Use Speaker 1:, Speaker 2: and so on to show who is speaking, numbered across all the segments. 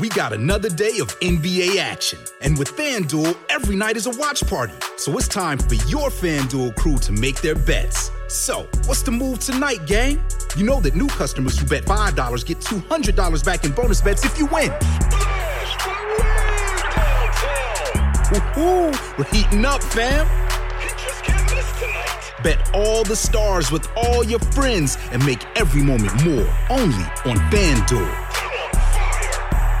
Speaker 1: We got another day of NBA action. And with FanDuel, every night is a watch party. So it's time for your FanDuel crew to make their bets. So, what's the move tonight, gang? You know that new customers who bet $5 get $200 back in bonus bets if you win. Woohoo! We're heating up, fam! Bet all the stars with all your friends and make every moment more only on FanDuel.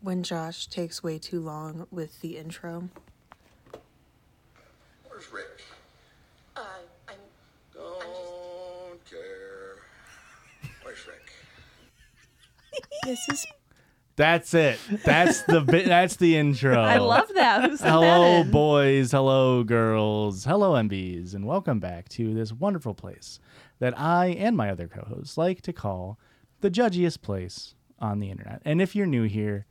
Speaker 2: when Josh takes way too long with the intro.
Speaker 3: Where's Rick?
Speaker 4: Uh, I'm.
Speaker 3: Don't care. Where's Rick?
Speaker 2: This is
Speaker 5: That's it. That's the bit. That's the intro.
Speaker 6: I love that. Who said that
Speaker 5: Hello,
Speaker 6: in?
Speaker 5: boys. Hello, girls. Hello, MBs, and welcome back to this wonderful place that I and my other co-hosts like to call the judgiest place on the internet. And if you're new here,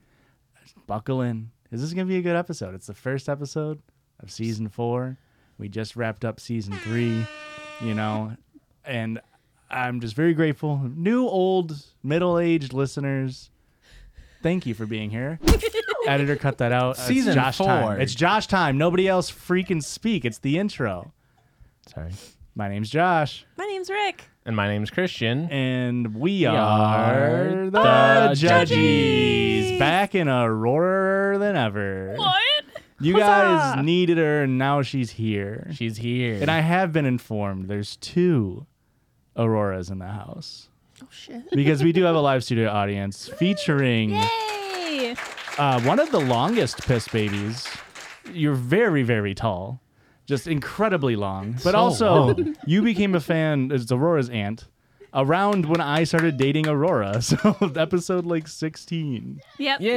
Speaker 5: buckle in. Is this gonna be a good episode? It's the first episode of season four. We just wrapped up season three, you know, and I'm just very grateful. New, old, middle-aged listeners, thank you for being here. Editor, cut that out. It's
Speaker 7: Season
Speaker 5: Josh
Speaker 7: four.
Speaker 5: Time. It's Josh time. Nobody else freaking speak. It's the intro.
Speaker 7: Sorry.
Speaker 5: My name's Josh,
Speaker 6: My name's Rick.
Speaker 7: And my name's Christian.
Speaker 5: and we,
Speaker 7: are
Speaker 5: are the,
Speaker 7: the
Speaker 5: judges.
Speaker 6: Judgies.
Speaker 5: Back in a roarer than ever.
Speaker 6: What?
Speaker 5: You
Speaker 6: Huzzah!
Speaker 5: guys needed her, and now she's here.
Speaker 7: She's here.
Speaker 5: And I have been informed there's two Auroras in the house. Oh, shit. Because we do have a live studio audience featuring
Speaker 6: Yay!
Speaker 5: uh, one of the longest piss babies. You're very, very tall, just incredibly long. But
Speaker 7: oh,
Speaker 5: also, you became a fan. uh, It's Aurora's aunt. Around when I started dating Aurora, so episode like 16,
Speaker 6: Yep.
Speaker 7: Yay.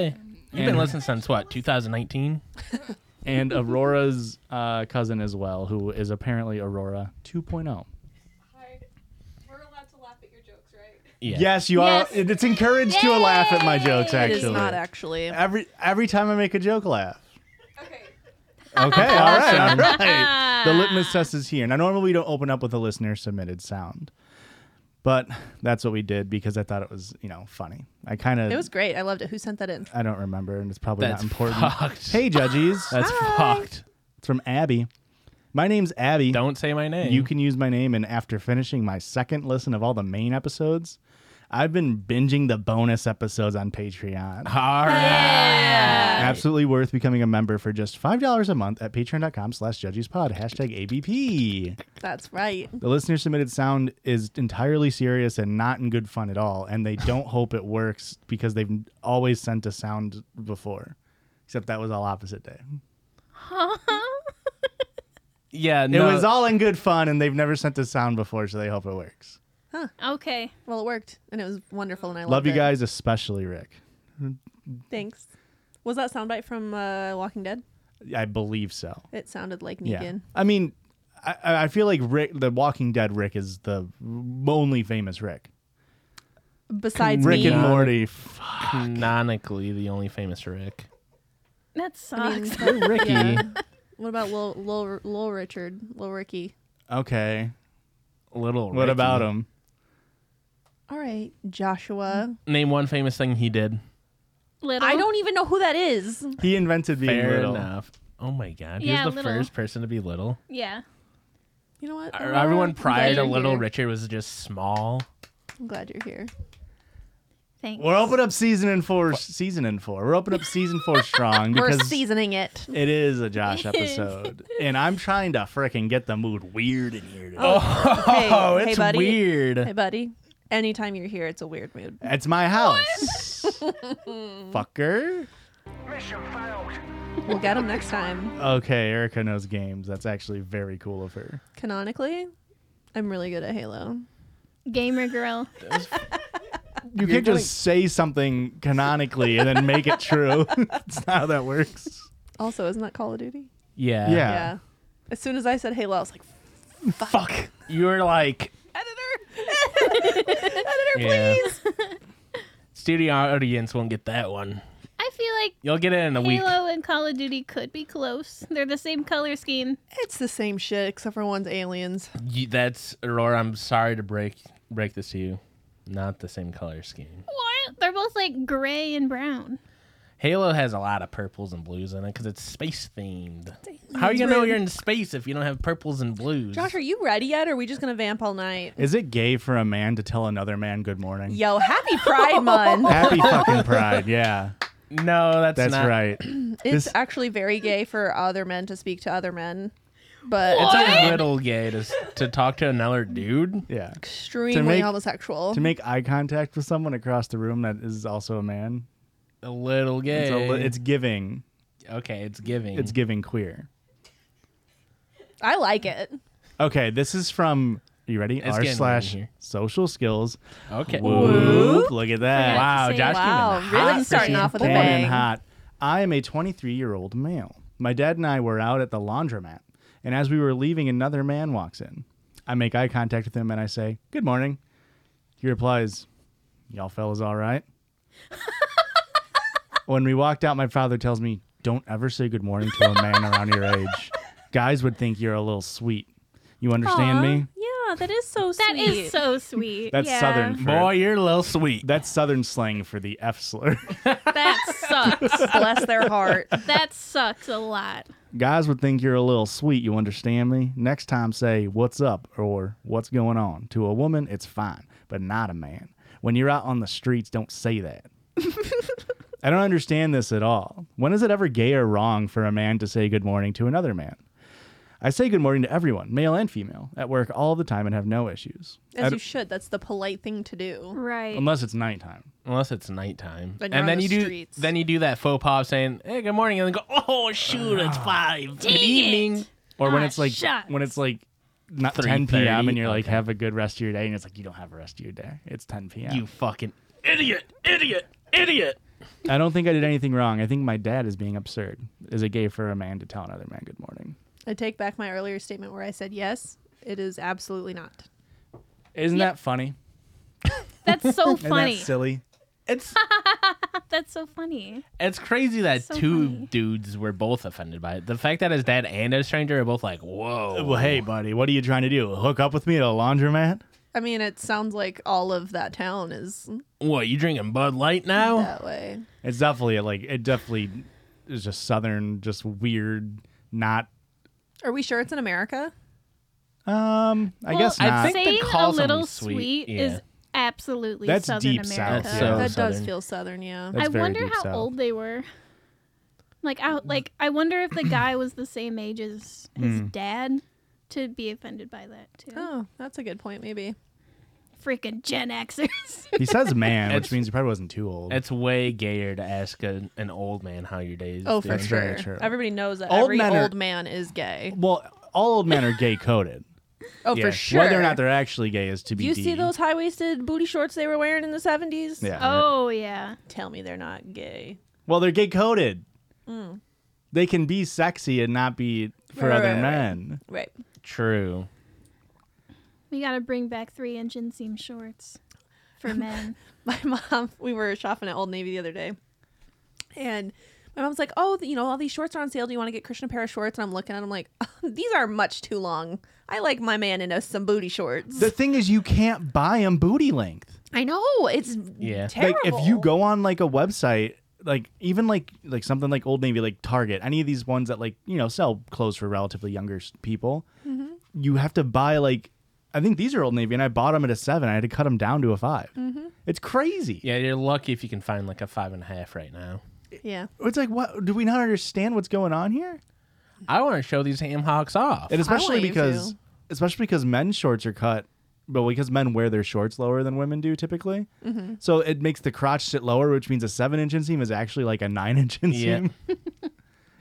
Speaker 6: Yep.
Speaker 7: You've been listening since what, 2019?
Speaker 5: and Aurora's uh, cousin as well, who is apparently Aurora oh. 2.0.
Speaker 8: We're allowed to laugh at your jokes, right?
Speaker 7: Yeah.
Speaker 5: Yes, you
Speaker 6: Yes.
Speaker 5: are. it- It's encouraged to laugh at my jokes.
Speaker 6: It
Speaker 5: Actually,
Speaker 6: is not actually.
Speaker 5: every every time I make a joke, laugh.
Speaker 8: Okay.
Speaker 5: Okay, all right, all right. The litmus test is here. Now, normally we don't open up with a listener submitted sound, but that's what we did because I thought it was, you know, funny. I kind
Speaker 6: It was
Speaker 5: of,
Speaker 6: great. I loved it. Who sent that in?
Speaker 5: I don't remember, and it's probably
Speaker 7: That's
Speaker 5: not important.
Speaker 7: fucked.
Speaker 5: Hey, judges,
Speaker 7: That's fucked.
Speaker 5: it's from Abby. My name's Abby.
Speaker 7: Don't say my name.
Speaker 5: You can use my name, and after finishing my second listen of all the main episodes, I've been binging the bonus episodes on Patreon.
Speaker 7: All right.
Speaker 5: Absolutely worth becoming a member for just $5 a month at patreon.com slash judgespod, hashtag ABP.
Speaker 6: That's right.
Speaker 5: The listener submitted sound is entirely serious and not in good fun at all, and they don't hope it works because they've always sent a sound before. Except that was all opposite day.
Speaker 7: Yeah.
Speaker 5: It
Speaker 7: No,
Speaker 5: was all in good fun, and they've never sent a sound before, so they hope it works.
Speaker 6: Okay. Well, it worked, and it was wonderful, and I
Speaker 5: Love
Speaker 6: loved
Speaker 5: you
Speaker 6: it.
Speaker 5: guys, especially Rick.
Speaker 6: Thanks. Was that soundbite from uh, Walking Dead?
Speaker 5: I believe so.
Speaker 6: It sounded like
Speaker 5: Yeah.
Speaker 6: Negan.
Speaker 5: I mean, I, I feel like Rick, the Walking Dead Rick, is the only famous Rick.
Speaker 6: Besides
Speaker 5: Rick
Speaker 6: me,
Speaker 5: and Morty. F-
Speaker 7: canonically the only famous Rick.
Speaker 6: I mean,
Speaker 5: Ricky.
Speaker 9: What about Lil, Lil, Lil Richard? Lil Ricky?
Speaker 5: Okay. Little. What
Speaker 7: Ricky.
Speaker 5: about him?
Speaker 9: All right. Joshua.
Speaker 7: Name one famous thing he did.
Speaker 9: Little. I don't even know who that is.
Speaker 5: He invented being
Speaker 7: Fair
Speaker 5: little.
Speaker 7: enough. Oh my god, he
Speaker 9: Yeah,
Speaker 7: was the
Speaker 9: little.
Speaker 7: first person to be little.
Speaker 9: Yeah. You know what?
Speaker 7: Er, Everyone prior to
Speaker 9: I'm glad you're
Speaker 7: Little
Speaker 9: here.
Speaker 7: Richard was just small.
Speaker 9: I'm glad you're here.
Speaker 6: Thanks.
Speaker 5: We're opening up season in four. Season in four. We're opening up season four strong
Speaker 9: We're
Speaker 5: because
Speaker 9: seasoning it.
Speaker 5: it is a Josh episode, and I'm trying to frickin' get the mood weird in here. Today.
Speaker 9: Oh,
Speaker 7: Oh,
Speaker 9: hey, hey,
Speaker 5: it's
Speaker 9: buddy.
Speaker 5: weird.
Speaker 9: Hey, buddy. Anytime you're here, it's a weird mood.
Speaker 5: It's my house, fucker.
Speaker 9: we'll get him next time.
Speaker 5: Okay, Erica knows games. That's actually very cool of her.
Speaker 9: Canonically, I'm really good at Halo.
Speaker 6: Gamer girl.
Speaker 5: You can't just say something canonically and then make it true. That's not how that works.
Speaker 9: Also, isn't that Call of Duty?
Speaker 7: Yeah.
Speaker 5: Yeah.
Speaker 9: As soon as I said Halo, I was like,
Speaker 7: Fuck. You were like
Speaker 9: editor,
Speaker 7: Yeah.
Speaker 9: please.
Speaker 7: studio audience won't get that one.
Speaker 6: I feel like
Speaker 7: You'll get it in a week.
Speaker 6: Halo and Call of Duty could be close. They're the same color scheme.
Speaker 9: It's the same shit except for one's aliens.
Speaker 7: You, that's Aurora. I'm sorry to break break this to you. Not the same color scheme.
Speaker 6: What? They're both like gray and brown.
Speaker 7: Halo has a lot of purples and blues in it because it's space themed. How are you gonna know you're in space if you don't have purples and blues?
Speaker 9: Josh, are you ready yet? Or are we just gonna vamp all night?
Speaker 5: Is it gay for a man to tell another man good morning?
Speaker 9: Yo, happy Pride Month.
Speaker 5: Happy fucking pride. Yeah.
Speaker 7: No, that's
Speaker 5: That's
Speaker 7: not-
Speaker 5: right.
Speaker 9: It's
Speaker 5: This-
Speaker 9: actually very gay for other men to speak to other men, but
Speaker 7: It's a little gay to, s- to talk to another dude.
Speaker 5: Yeah.
Speaker 9: extremely homosexual.
Speaker 5: To make eye contact with someone across the room that is also a man.
Speaker 7: A little gay.
Speaker 5: It's, a li- it's giving.
Speaker 7: okay, it's giving.
Speaker 5: It's giving queer.
Speaker 9: I like it.
Speaker 5: Okay, this is from. You ready?
Speaker 7: It's
Speaker 5: R
Speaker 7: getting
Speaker 5: slash
Speaker 7: weird here.
Speaker 5: social skills.
Speaker 7: Okay.
Speaker 5: Whoop. Look at that.
Speaker 7: Wow, Josh
Speaker 9: wow,
Speaker 7: came in
Speaker 9: really
Speaker 7: hot.
Speaker 9: starting off with a
Speaker 5: Born and
Speaker 9: bang.
Speaker 5: hot. I am a 23 year old male. My dad and I were out at the laundromat, and as we were leaving, another man walks in. I make eye contact with him and I say, Good morning. He replies, Y'all fellas all right? when we walked out, my father tells me, Don't ever say good morning to a man around your age. Guys would think you're a little sweet. You understand me?
Speaker 9: Yeah, that is so
Speaker 6: That is so sweet.
Speaker 5: That's
Speaker 6: yeah.
Speaker 5: southern. For,
Speaker 7: Boy, you're a little sweet.
Speaker 5: that's southern slang for the F slur.
Speaker 6: That sucks.
Speaker 9: Bless their heart.
Speaker 6: that sucks a lot.
Speaker 5: Guys would think you're a little sweet, you understand me? Next time say, what's up or what's going on. To a woman, it's fine, but not a man. When you're out on the streets, don't say that. I don't understand this at all. When is it ever gay or wrong for a man to say good morning to another man? I say good morning to everyone, male and female, at work all the time and have no issues. I
Speaker 9: As
Speaker 5: d-
Speaker 9: you should. That's the polite thing to do.
Speaker 6: Right.
Speaker 5: unless it's nighttime.
Speaker 7: Unless it's nighttime.
Speaker 9: Then you're
Speaker 7: and
Speaker 9: on
Speaker 7: then
Speaker 9: the
Speaker 7: you do
Speaker 9: streets.
Speaker 7: then you do that faux pas of saying, "Hey, good morning." And then go, "Oh, shoot, it's 5. Good
Speaker 6: Ah, Dang it.
Speaker 7: evening."
Speaker 5: Or when
Speaker 6: Ah,
Speaker 5: it's like
Speaker 6: shucks.
Speaker 5: when it's like not 10
Speaker 7: 3:30,
Speaker 5: p.m. and you're like
Speaker 7: okay.
Speaker 5: have a good rest of your day and it's like you don't have a rest of your day. It's 10 p.m.
Speaker 7: You fucking idiot, idiot, idiot.
Speaker 5: I don't think I did anything wrong. I think my dad is being absurd. Is it gay for a man to tell another man good morning?
Speaker 9: I take back my earlier statement where I said yes. It is absolutely not.
Speaker 5: Isn't that funny?
Speaker 6: That's so
Speaker 5: Isn't
Speaker 6: funny.
Speaker 5: that silly?
Speaker 7: It's
Speaker 6: That's so funny.
Speaker 7: it's crazy that
Speaker 6: So
Speaker 7: two
Speaker 6: funny.
Speaker 7: dudes were both offended by it. The fact that his dad and a stranger are both like, "Whoa."
Speaker 5: Well, hey, buddy, what are you trying to do? Hook up with me at a laundromat?
Speaker 9: I mean, it sounds like all of that town is
Speaker 7: What, you drinking Bud Light now?
Speaker 9: that way.
Speaker 5: It's definitely like it definitely is just southern, just weird. Not,
Speaker 9: Are we sure it's in America?
Speaker 5: um, I
Speaker 6: well,
Speaker 5: guess not.
Speaker 7: I think they
Speaker 6: saying
Speaker 7: call
Speaker 6: a little
Speaker 7: something
Speaker 6: sweet,
Speaker 7: sweet, yeah.
Speaker 6: is absolutely
Speaker 5: That's
Speaker 6: Southern
Speaker 5: deep South,
Speaker 6: America.
Speaker 7: yeah. Oh,
Speaker 9: that does
Speaker 7: Southern.
Speaker 9: feel southern, yeah.
Speaker 5: That's
Speaker 6: I
Speaker 5: very
Speaker 6: wonder
Speaker 5: deep
Speaker 6: how
Speaker 5: south.
Speaker 6: old they were. Like I like I wonder if the guy was the same age as his dad to be offended by that too.
Speaker 9: Oh, that's a good point, maybe.
Speaker 6: Freaking Gen Xers.
Speaker 5: he says man, which
Speaker 7: It's-
Speaker 5: means he probably wasn't too old.
Speaker 7: It's way gayer to ask an, an old man how your day is.
Speaker 9: Oh, for
Speaker 7: doing.
Speaker 5: That's
Speaker 9: sure.
Speaker 5: very true.
Speaker 9: Everybody knows that
Speaker 5: Old
Speaker 9: every
Speaker 5: men are-
Speaker 9: old man is gay.
Speaker 5: well, all old men are gay coded.
Speaker 9: Oh,
Speaker 7: Yeah.
Speaker 9: for sure.
Speaker 5: Whether or not they're actually gay is to be.
Speaker 9: You see those high waisted booty shorts they were wearing in the 70s?
Speaker 5: Yeah.
Speaker 6: oh yeah.
Speaker 9: Tell me they're not gay.
Speaker 5: Well, they're gay coded.
Speaker 6: Mm.
Speaker 5: They can be sexy and not be for
Speaker 9: Right,
Speaker 5: other
Speaker 9: right, right.
Speaker 5: men.
Speaker 9: Right.
Speaker 7: True.
Speaker 6: We gotta bring back three inch inseam shorts for men.
Speaker 9: my mom we were shopping at old navy the other day and
Speaker 6: My mom's like, "Oh, you know, all these shorts are on sale. Do you want to get Christian a pair of shorts?" And I'm looking at them like, "These are much too long. I like my man in a, some booty shorts."
Speaker 5: The thing is, you can't buy them booty length.
Speaker 6: I know it's
Speaker 5: Yeah.
Speaker 6: terrible.
Speaker 5: Like if you go on like a website, like even like like something like Old Navy, like Target, any of these ones that like you know sell clothes for relatively younger s- people,
Speaker 9: Mm-hmm.
Speaker 6: Mhm.
Speaker 5: you have to buy like I think these are Old Navy, and I bought them at a seven. I had to cut them down to a 5
Speaker 9: Mm-hmm.
Speaker 6: Mhm.
Speaker 5: It's crazy.
Speaker 7: Yeah, you're lucky if you can find like a five and a half right now.
Speaker 6: yeah,
Speaker 5: It's like, what? Do we not understand what's going on here?
Speaker 7: I want to show these ham hocks off,
Speaker 5: and especially because especially because men's shorts are cut, but because men wear their shorts lower than women do typically,
Speaker 6: Mm-hmm.
Speaker 7: Mhm.
Speaker 5: so it makes the crotch sit lower, which means a seven inch inseam is actually like a nine inch inseam.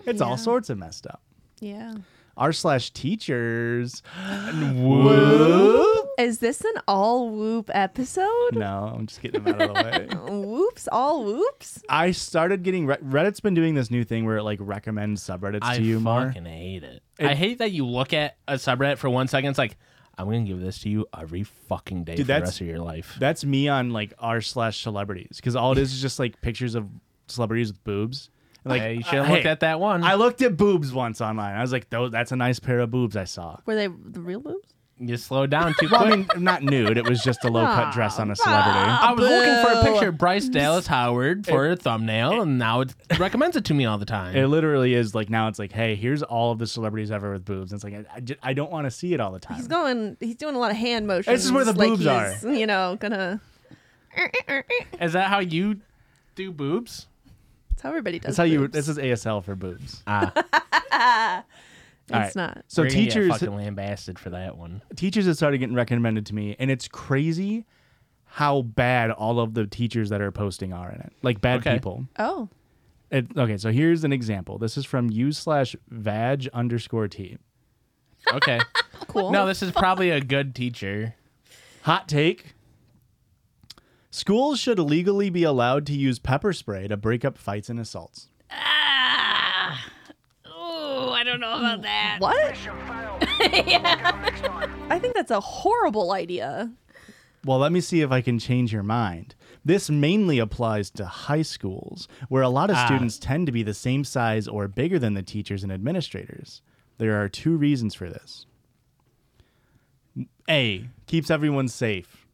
Speaker 5: it's
Speaker 6: Yeah.
Speaker 5: all sorts of messed up.
Speaker 6: yeah.
Speaker 5: R slash teachers. Whoop.
Speaker 6: Is this an all whoop episode?
Speaker 5: No, I'm just getting them out of the way.
Speaker 6: Whoops! All whoops!
Speaker 5: I started getting Re- Reddit's been doing this new thing where it like recommends subreddits
Speaker 7: I
Speaker 5: to you more.
Speaker 7: fucking hate it. I hate that you look at a subreddit for one second. It's like I'm gonna give this to you every fucking day for the rest of your life.
Speaker 5: That's me on like r slash celebrities because all it is is just like pictures of celebrities with boobs. And, like
Speaker 7: Yeah, you should've looked at
Speaker 5: that one. I looked at boobs once online. I was like, "Though that's a nice pair of boobs I saw."
Speaker 6: Were they the real boobs?
Speaker 5: You slowed down too well, I mean, not nude. It was just a low cut dress on a celebrity.
Speaker 7: I was looking for a picture of Bryce Dallas Howard for a thumbnail, and now it recommends it to me all the time.
Speaker 5: It literally is like now it's like, hey, here's all of the celebrities ever with boobs. And it's like I, I, ju- I don't want to see it all the time.
Speaker 6: He's going. He's doing a lot of hand motions.
Speaker 5: This is where the
Speaker 6: like
Speaker 5: boobs
Speaker 6: he's,
Speaker 5: are.
Speaker 6: You know, gonna.
Speaker 7: Is that how you do boobs?
Speaker 6: That's how everybody does.
Speaker 5: That's how you.
Speaker 6: boobs.
Speaker 5: This is ASL for boobs.
Speaker 7: Ah,
Speaker 6: it's not.
Speaker 5: So
Speaker 7: We're gonna get
Speaker 5: teachers
Speaker 7: fucking lambasted for that one.
Speaker 5: teachers have started getting recommended to me, and it's crazy how bad all of the teachers that are posting are in it. Like bad
Speaker 7: Okay.
Speaker 5: people.
Speaker 6: Oh.
Speaker 5: It, okay, so here's an example. This is from u slash vag underscore t.
Speaker 7: Okay.
Speaker 6: cool.
Speaker 7: No, this is probably a good teacher.
Speaker 5: Hot take. Schools should legally be allowed to use pepper spray to break up fights and assaults.
Speaker 10: Oh, I don't know about that.
Speaker 6: What? I think that's a horrible idea.
Speaker 5: Well, let me see if I can change your mind. This mainly applies to high schools, where a lot of
Speaker 7: Ah.
Speaker 5: students tend to be the same size or bigger than the teachers and administrators. There are two reasons for this. A, keeps everyone safe.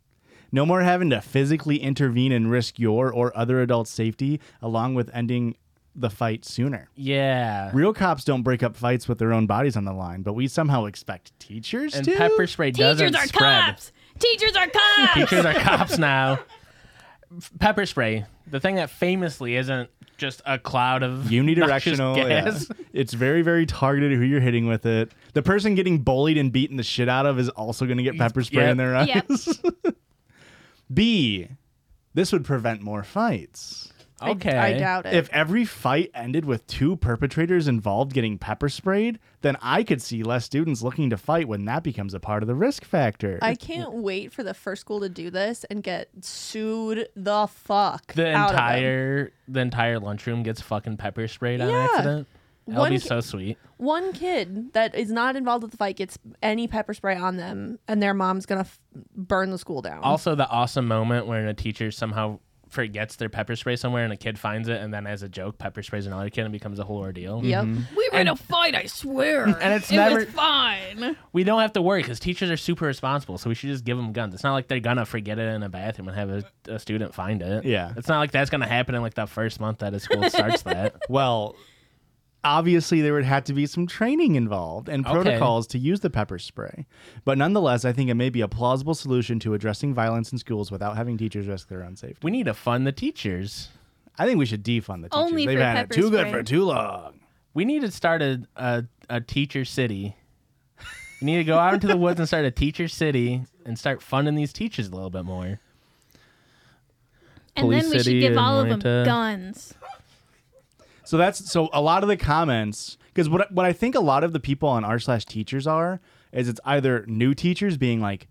Speaker 5: No more having to physically intervene and risk your or other adult's safety, along with ending the fight sooner.
Speaker 7: Yeah.
Speaker 5: Real cops don't break up fights with their own bodies on the line, but we somehow expect teachers
Speaker 7: And
Speaker 5: to.
Speaker 7: pepper spray Teachers doesn't are spread. cops.
Speaker 10: Teachers are cops.
Speaker 7: Teachers are cops now. F- Pepper spray, the thing that famously isn't just a cloud of
Speaker 5: unidirectional. yeah.
Speaker 7: noxious gas.
Speaker 5: It's very, very targeted who you're hitting with it. The person getting bullied and beaten the shit out of is also going to get pepper spray in their eyes.
Speaker 10: Yep.
Speaker 5: B, this would prevent more fights.
Speaker 7: I- Okay. I doubt it.
Speaker 5: If every fight ended with two perpetrators involved getting pepper sprayed, then I could see less students looking to fight when that becomes a part of the risk factor.
Speaker 6: I can't wait for the first school to do this and get sued the fuck.
Speaker 7: The
Speaker 6: out of them.
Speaker 7: entire the entire lunchroom gets fucking pepper sprayed on
Speaker 6: Yeah.
Speaker 7: accident. That'll
Speaker 6: One
Speaker 7: be
Speaker 6: ki-
Speaker 7: so sweet.
Speaker 6: one kid that is not involved with the fight gets any pepper spray on them, and their mom's gonna f- burn the school down.
Speaker 7: Also, the awesome moment when a teacher somehow forgets their pepper spray somewhere and a kid finds it, and then as a joke, pepper sprays another kid and it becomes a whole ordeal.
Speaker 10: Yep. We were in a fight, I swear.
Speaker 7: Mm-hmm. And it's
Speaker 10: it
Speaker 7: never-
Speaker 10: was fine.
Speaker 7: We don't have to worry because teachers are super responsible, so we should just give them guns. It's not like they're gonna forget it in a bathroom and have a, a student find it.
Speaker 5: Yeah.
Speaker 7: it's not like that's gonna happen in like the first month that a school starts. that
Speaker 5: well. Obviously, there would have to be some training involved and
Speaker 7: Okay.
Speaker 5: protocols to use the pepper spray. But nonetheless, I think it may be a plausible solution to addressing violence in schools without having teachers risk their own safety.
Speaker 7: We need to fund the teachers.
Speaker 5: I think we should defund the teachers.
Speaker 10: Only
Speaker 5: They've
Speaker 10: for
Speaker 5: had
Speaker 10: pepper
Speaker 5: it too
Speaker 10: spray.
Speaker 5: good for too long.
Speaker 7: We need to start a a, a teacher city. We need to go out into the woods and start a teacher city and start funding these teachers a little bit more.
Speaker 10: And then
Speaker 7: Police
Speaker 10: we should
Speaker 7: City
Speaker 10: give
Speaker 7: and
Speaker 10: all of them
Speaker 7: Mornington.
Speaker 10: guns.
Speaker 5: So that's so a lot of the comments because what what I think a lot of the people on r slash teachers are is it's either new teachers being like,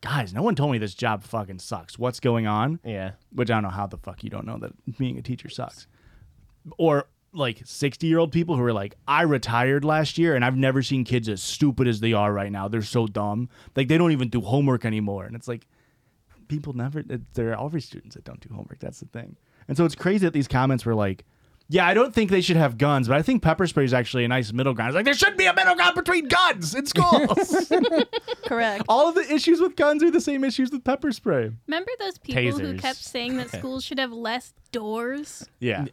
Speaker 5: guys, no one told me this job fucking sucks. What's going on?
Speaker 7: Yeah.
Speaker 5: Which I don't know how the fuck you don't know that being a teacher sucks. Or like 60 year old people who are like, I retired last year and I've never seen kids as stupid as they are right now. They're so dumb. Like they don't even do homework anymore. And it's like, people never, it- there are always students that don't do homework. That's the thing. And so it's crazy that these comments were like, Yeah, I don't think they should have guns, but I think pepper spray is actually a nice middle ground. It's like there should be a middle ground between guns in schools.
Speaker 6: Correct.
Speaker 5: All of the issues with guns are the same issues with pepper spray.
Speaker 10: Remember those people who
Speaker 5: Tasers.
Speaker 10: kept saying that schools should have less doors
Speaker 5: Yeah.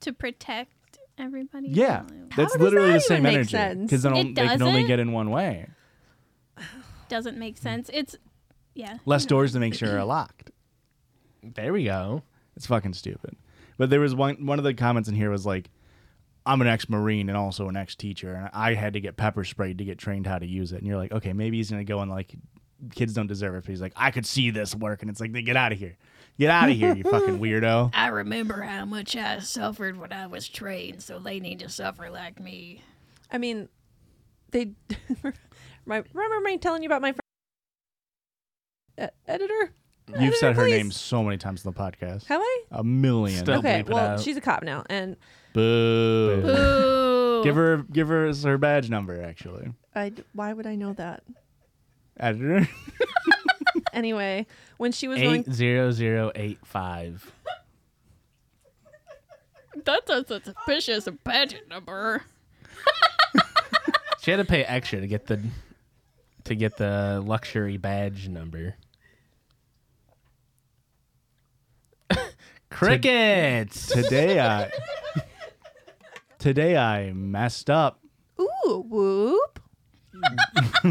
Speaker 10: to protect everybody?
Speaker 5: Yeah. That's
Speaker 10: does
Speaker 5: literally
Speaker 10: that
Speaker 5: the same
Speaker 10: even make
Speaker 5: energy
Speaker 10: sense?
Speaker 5: cuz they
Speaker 10: It
Speaker 5: can only
Speaker 10: doesn't.
Speaker 5: get in one way. Hmm.
Speaker 10: Doesn't make sense. It's yeah.
Speaker 5: Less doors to make sure are locked.
Speaker 7: There we go.
Speaker 5: It's fucking stupid. But there was one one of the comments in here was like, "I'm an ex-marine and also an ex-teacher, and I had to get pepper sprayed to get trained how to use it." And you're like, "Okay, maybe he's gonna go and like, kids don't deserve it." But he's like, "I could see this work," and it's like, "Then "Get out of here, get out of here, you fucking weirdo."
Speaker 11: I remember how much I suffered when I was trained, so they need to suffer like me.
Speaker 6: I mean, they. my, remember me telling you about my friend? E- editor?
Speaker 5: You've said her
Speaker 6: Please.
Speaker 5: name so many times on the podcast.
Speaker 6: Have I?
Speaker 5: A million.
Speaker 6: okay, well, she's a cop now. And
Speaker 5: Boo.
Speaker 6: Boo.
Speaker 5: give her give her her badge number actually.
Speaker 6: I, d- why would I know that?
Speaker 5: Editor.
Speaker 6: Anyway, when she was going.
Speaker 7: Eight zero zero eight five.
Speaker 10: That's a suspicious budget number.
Speaker 7: She had to pay extra to get the to get the luxury badge number. Crickets.
Speaker 5: Today I Today I messed up
Speaker 6: Ooh, whoop.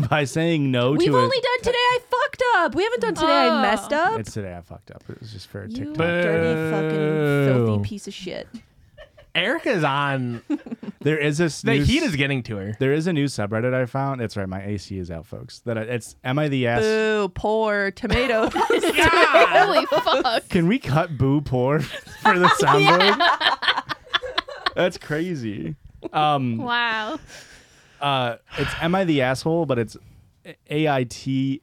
Speaker 5: by saying no
Speaker 6: We've
Speaker 5: to
Speaker 6: only
Speaker 5: a,
Speaker 6: done today I fucked up. We haven't done today
Speaker 10: Oh.
Speaker 6: I messed up.
Speaker 5: It's today I fucked up. It was just for a
Speaker 6: You
Speaker 5: TikTok.
Speaker 6: dirty fucking filthy
Speaker 7: Boo.
Speaker 6: piece of shit.
Speaker 7: Erica's on.
Speaker 5: There is a
Speaker 7: The
Speaker 5: new-
Speaker 7: heat is getting to her.
Speaker 5: There is a new subreddit I found. That's right, my AC is out, folks. That I, it's am I the ass?
Speaker 6: Boo, poor tomatoes. Holy fuck.
Speaker 5: Can we cut boo porn for the soundboard? That's crazy. Um,
Speaker 10: Wow.
Speaker 5: uh, it's am I the asshole? But it's A I T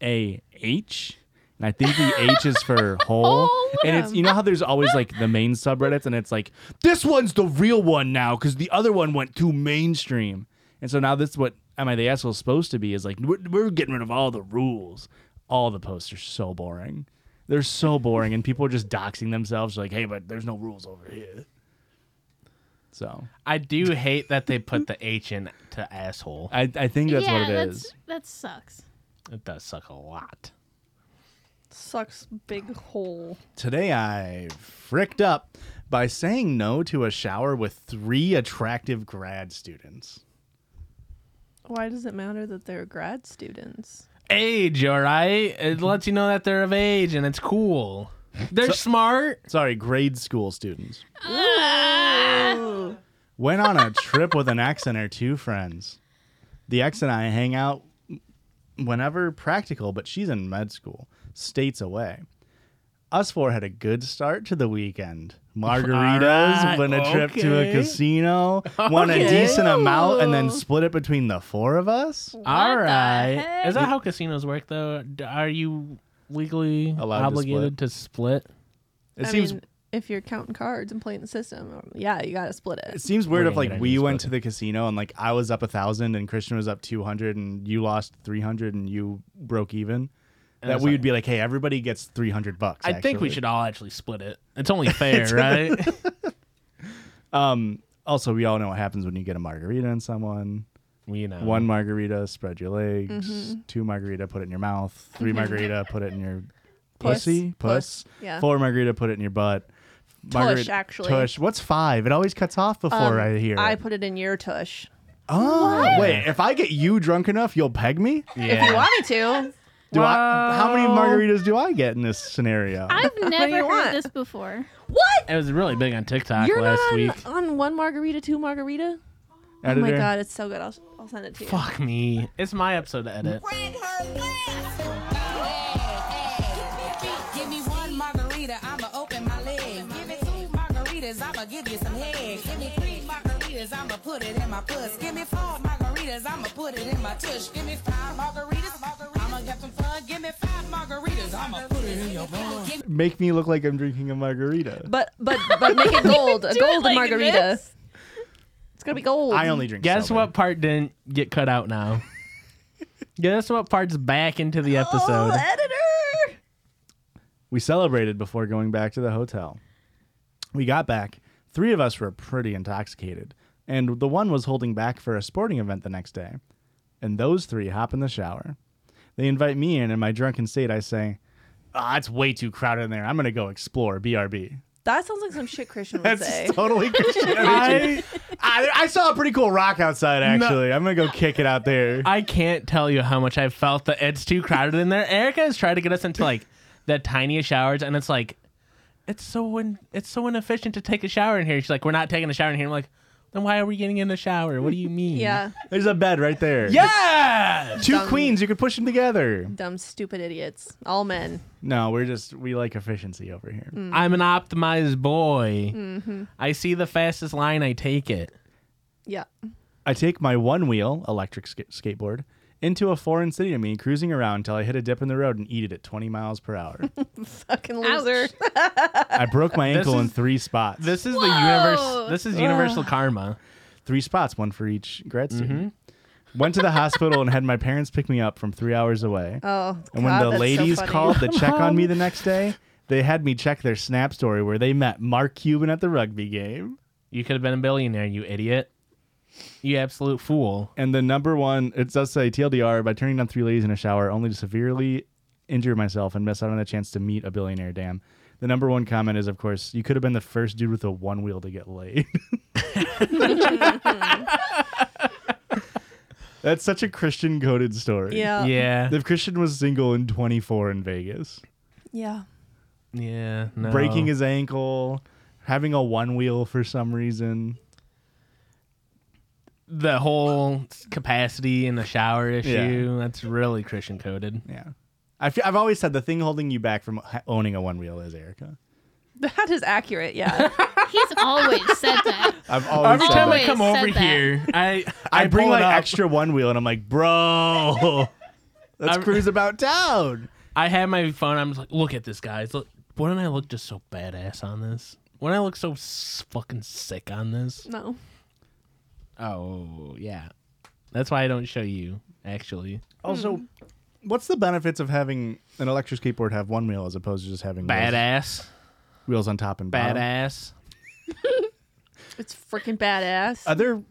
Speaker 5: A H, and I think the H is for hole. and it's you know how there's always like the main subreddits, and it's like this one's the real one now because the other one went too mainstream, and so now this is what am I the asshole is supposed to be is like we're, we're getting rid of all the rules. All the posts are so boring. They're so boring, and people are just doxing themselves like, hey, but there's no rules over here. So
Speaker 7: I do hate that they put the H in to asshole.
Speaker 5: I, I think that's
Speaker 10: yeah,
Speaker 5: what it
Speaker 10: that's,
Speaker 5: is.
Speaker 10: That sucks.
Speaker 7: It does suck a lot.
Speaker 6: Sucks big hole.
Speaker 5: Today I fricked up by saying no to a shower with three attractive grad students.
Speaker 6: Why does it matter that they're grad students?
Speaker 7: Age, all right. It
Speaker 5: Mm-hmm.
Speaker 7: lets you know that they're of age and it's cool. They're smart.
Speaker 5: Sorry, grade school students. Went on a trip with an ex and her two friends. The ex and I hang out whenever practical, but she's in med school, states away. Us four had a good start to the weekend. Margaritas,
Speaker 7: Alright,
Speaker 5: went a trip to a
Speaker 7: okay.
Speaker 5: casino, won a
Speaker 7: Okay.
Speaker 5: decent amount, and then split it between the four of us.
Speaker 7: all right. Is that how casinos work though? D- Are you legally
Speaker 5: Allowed to
Speaker 7: obligated to split?
Speaker 5: It
Speaker 6: I
Speaker 5: seems
Speaker 6: mean, if you're counting cards and playing the system, um, yeah, you gotta split it.
Speaker 5: It seems weird
Speaker 7: We're
Speaker 5: if
Speaker 7: gonna
Speaker 5: like
Speaker 7: get
Speaker 5: we went to the casino and like I was up a thousand and Christian was up two hundred and you lost three hundred and you broke even.
Speaker 7: And
Speaker 5: that
Speaker 7: it's
Speaker 5: we
Speaker 7: like-
Speaker 5: would be like, hey, everybody gets three hundred bucks.
Speaker 7: I think we
Speaker 5: actually.
Speaker 7: should all actually split it. It's only fair, right?
Speaker 5: Um. Also, we all know what happens when you get a margarita in someone.
Speaker 7: We know
Speaker 5: one margarita, spread your legs.
Speaker 6: Mhm.
Speaker 5: Two margarita, put it in your mouth. 3
Speaker 6: Mhm.
Speaker 5: margarita, put it in your
Speaker 6: Puss.
Speaker 5: pussy,
Speaker 6: Puss,
Speaker 5: puss.
Speaker 6: yeah.
Speaker 5: Four margarita, put it in your butt. Margarita-
Speaker 6: actually.
Speaker 5: Tush. What's five? It always cuts off before
Speaker 6: Um,
Speaker 5: I hear.
Speaker 6: I
Speaker 5: it.
Speaker 6: put it in your tush.
Speaker 5: Oh,
Speaker 6: What?
Speaker 5: wait. If I get you drunk enough, you'll peg me?
Speaker 6: If you want me to.
Speaker 5: Do I, how many margaritas do I get in this scenario?
Speaker 10: I've
Speaker 6: What do you
Speaker 10: never heard
Speaker 6: want?
Speaker 10: this before.
Speaker 6: What?
Speaker 7: It was really big on TikTok
Speaker 6: You're
Speaker 7: last
Speaker 6: not on,
Speaker 7: week.
Speaker 6: on one margarita, two margarita? Oh my
Speaker 7: Editor.
Speaker 6: god, it's so good. I'll, I'll send it to you.
Speaker 7: Fuck me. It's my episode to edit.
Speaker 9: Give me one margarita, I'ma open my leg. Give me two margaritas, I'ma give you some head. Give me three margaritas, I'ma put it in my puss. Give me four margaritas, I'ma put it in my tush. Give me five margaritas, I'ma get some fun. Give me five margaritas, I'ma put it in your bun. Give
Speaker 5: Make me look like I'm drinking a margarita.
Speaker 6: But but but make it gold. A
Speaker 9: Do it
Speaker 6: golden
Speaker 9: like
Speaker 6: margarita.
Speaker 9: this.
Speaker 6: It's gonna be gold.
Speaker 7: Guess what part didn't get cut out now? Guess what part's back into the episode?
Speaker 6: Oh, editor.
Speaker 5: We celebrated before going back to the hotel. We got back, Three of us were pretty intoxicated, and the one was holding back for a sporting event the next day. And those three hop in the shower. They invite me in, and in my drunken state, I say, Ah, it's way too crowded in there. I'm going to go explore BRB.
Speaker 6: That sounds like some shit Christian would
Speaker 5: That's
Speaker 6: say.
Speaker 5: totally Christianity. I, I saw a pretty cool rock outside, actually. I'm going to go kick it out there.
Speaker 7: I can't tell you how much I felt that it's too crowded in there. Erica has tried to get us into like the tiniest showers, and it's like, it's so in, it's so inefficient to take a shower in here. She's like, we're not taking a shower in here. I'm like, then why are we getting in the shower? What do you mean?
Speaker 6: Yeah.
Speaker 5: There's a bed right there.
Speaker 7: Yeah.
Speaker 5: Two
Speaker 6: Dumb-
Speaker 5: queens. You could push them together.
Speaker 6: Dumb, stupid idiots. All men.
Speaker 5: No, we're just, we like efficiency over here.
Speaker 6: Mm.
Speaker 7: I'm an optimized boy.
Speaker 6: Mhm.
Speaker 7: I see the fastest line, I take it.
Speaker 6: Yeah.
Speaker 5: I take my one wheel electric ska- skateboard into a foreign city to me, cruising around until I hit a dip in the road and eat it at 20 miles per hour.
Speaker 6: Fucking loser.
Speaker 5: I broke my
Speaker 7: This
Speaker 5: ankle in
Speaker 7: is-
Speaker 5: three spots.
Speaker 7: This is the universe. This is universal
Speaker 5: Ugh.
Speaker 7: karma.
Speaker 5: Three spots, one for each grad student.
Speaker 7: Mm-hmm.
Speaker 5: Went to the hospital and had my parents pick me up from three hours away.
Speaker 6: Oh,
Speaker 5: and
Speaker 6: God,
Speaker 5: when
Speaker 6: that's
Speaker 5: the
Speaker 6: so
Speaker 5: ladies
Speaker 6: funny.
Speaker 5: called to check on me the next day, they had me check their snap story where they met Mark Cuban at the rugby game.
Speaker 7: You could have been a billionaire, you idiot. You absolute fool.
Speaker 5: And the number one, it does say TLDR by turning down three ladies in a shower, only to severely injure myself and miss out on the chance to meet a billionaire. Damn. The number one comment is, of course, you could have been the first dude with a one wheel to get laid. That's such a Christian coded story.
Speaker 6: Yeah. Yeah.
Speaker 5: If Christian was single in 24 in Vegas,
Speaker 6: Yeah.
Speaker 7: Yeah. No.
Speaker 5: breaking his ankle, having a one wheel for some reason.
Speaker 7: the whole capacity in the shower issue.
Speaker 5: Yeah.
Speaker 7: That's really Christian coded.
Speaker 5: Yeah. I fe- I've always said the thing holding you back from ha- owning a one wheel is Erica.
Speaker 6: That is accurate. Yeah.
Speaker 10: He's always said that.
Speaker 5: I've always
Speaker 7: Every
Speaker 5: said
Speaker 7: time I
Speaker 5: that.
Speaker 7: come
Speaker 10: Always
Speaker 7: over
Speaker 10: said that.
Speaker 7: here, I
Speaker 5: I, bring
Speaker 7: pull it
Speaker 5: like
Speaker 7: up.
Speaker 5: extra one wheel, and I'm like, bro, let's
Speaker 7: I'm-
Speaker 5: cruise about town.
Speaker 7: I had my phone. I'm just like, look at this, guys. Look, wouldn't I look just so badass on this? Wouldn't I look so s- fucking sick on this?
Speaker 6: No.
Speaker 7: Oh yeah, that's why I don't show you. Actually,
Speaker 5: Also, Hmm. what's the benefits of having an electric skateboard have one wheel as opposed to just having wheels-
Speaker 7: badass,
Speaker 5: wheels on top and
Speaker 7: Uh-huh.
Speaker 5: bottom?
Speaker 7: badass.
Speaker 6: It's freaking badass.
Speaker 5: Are there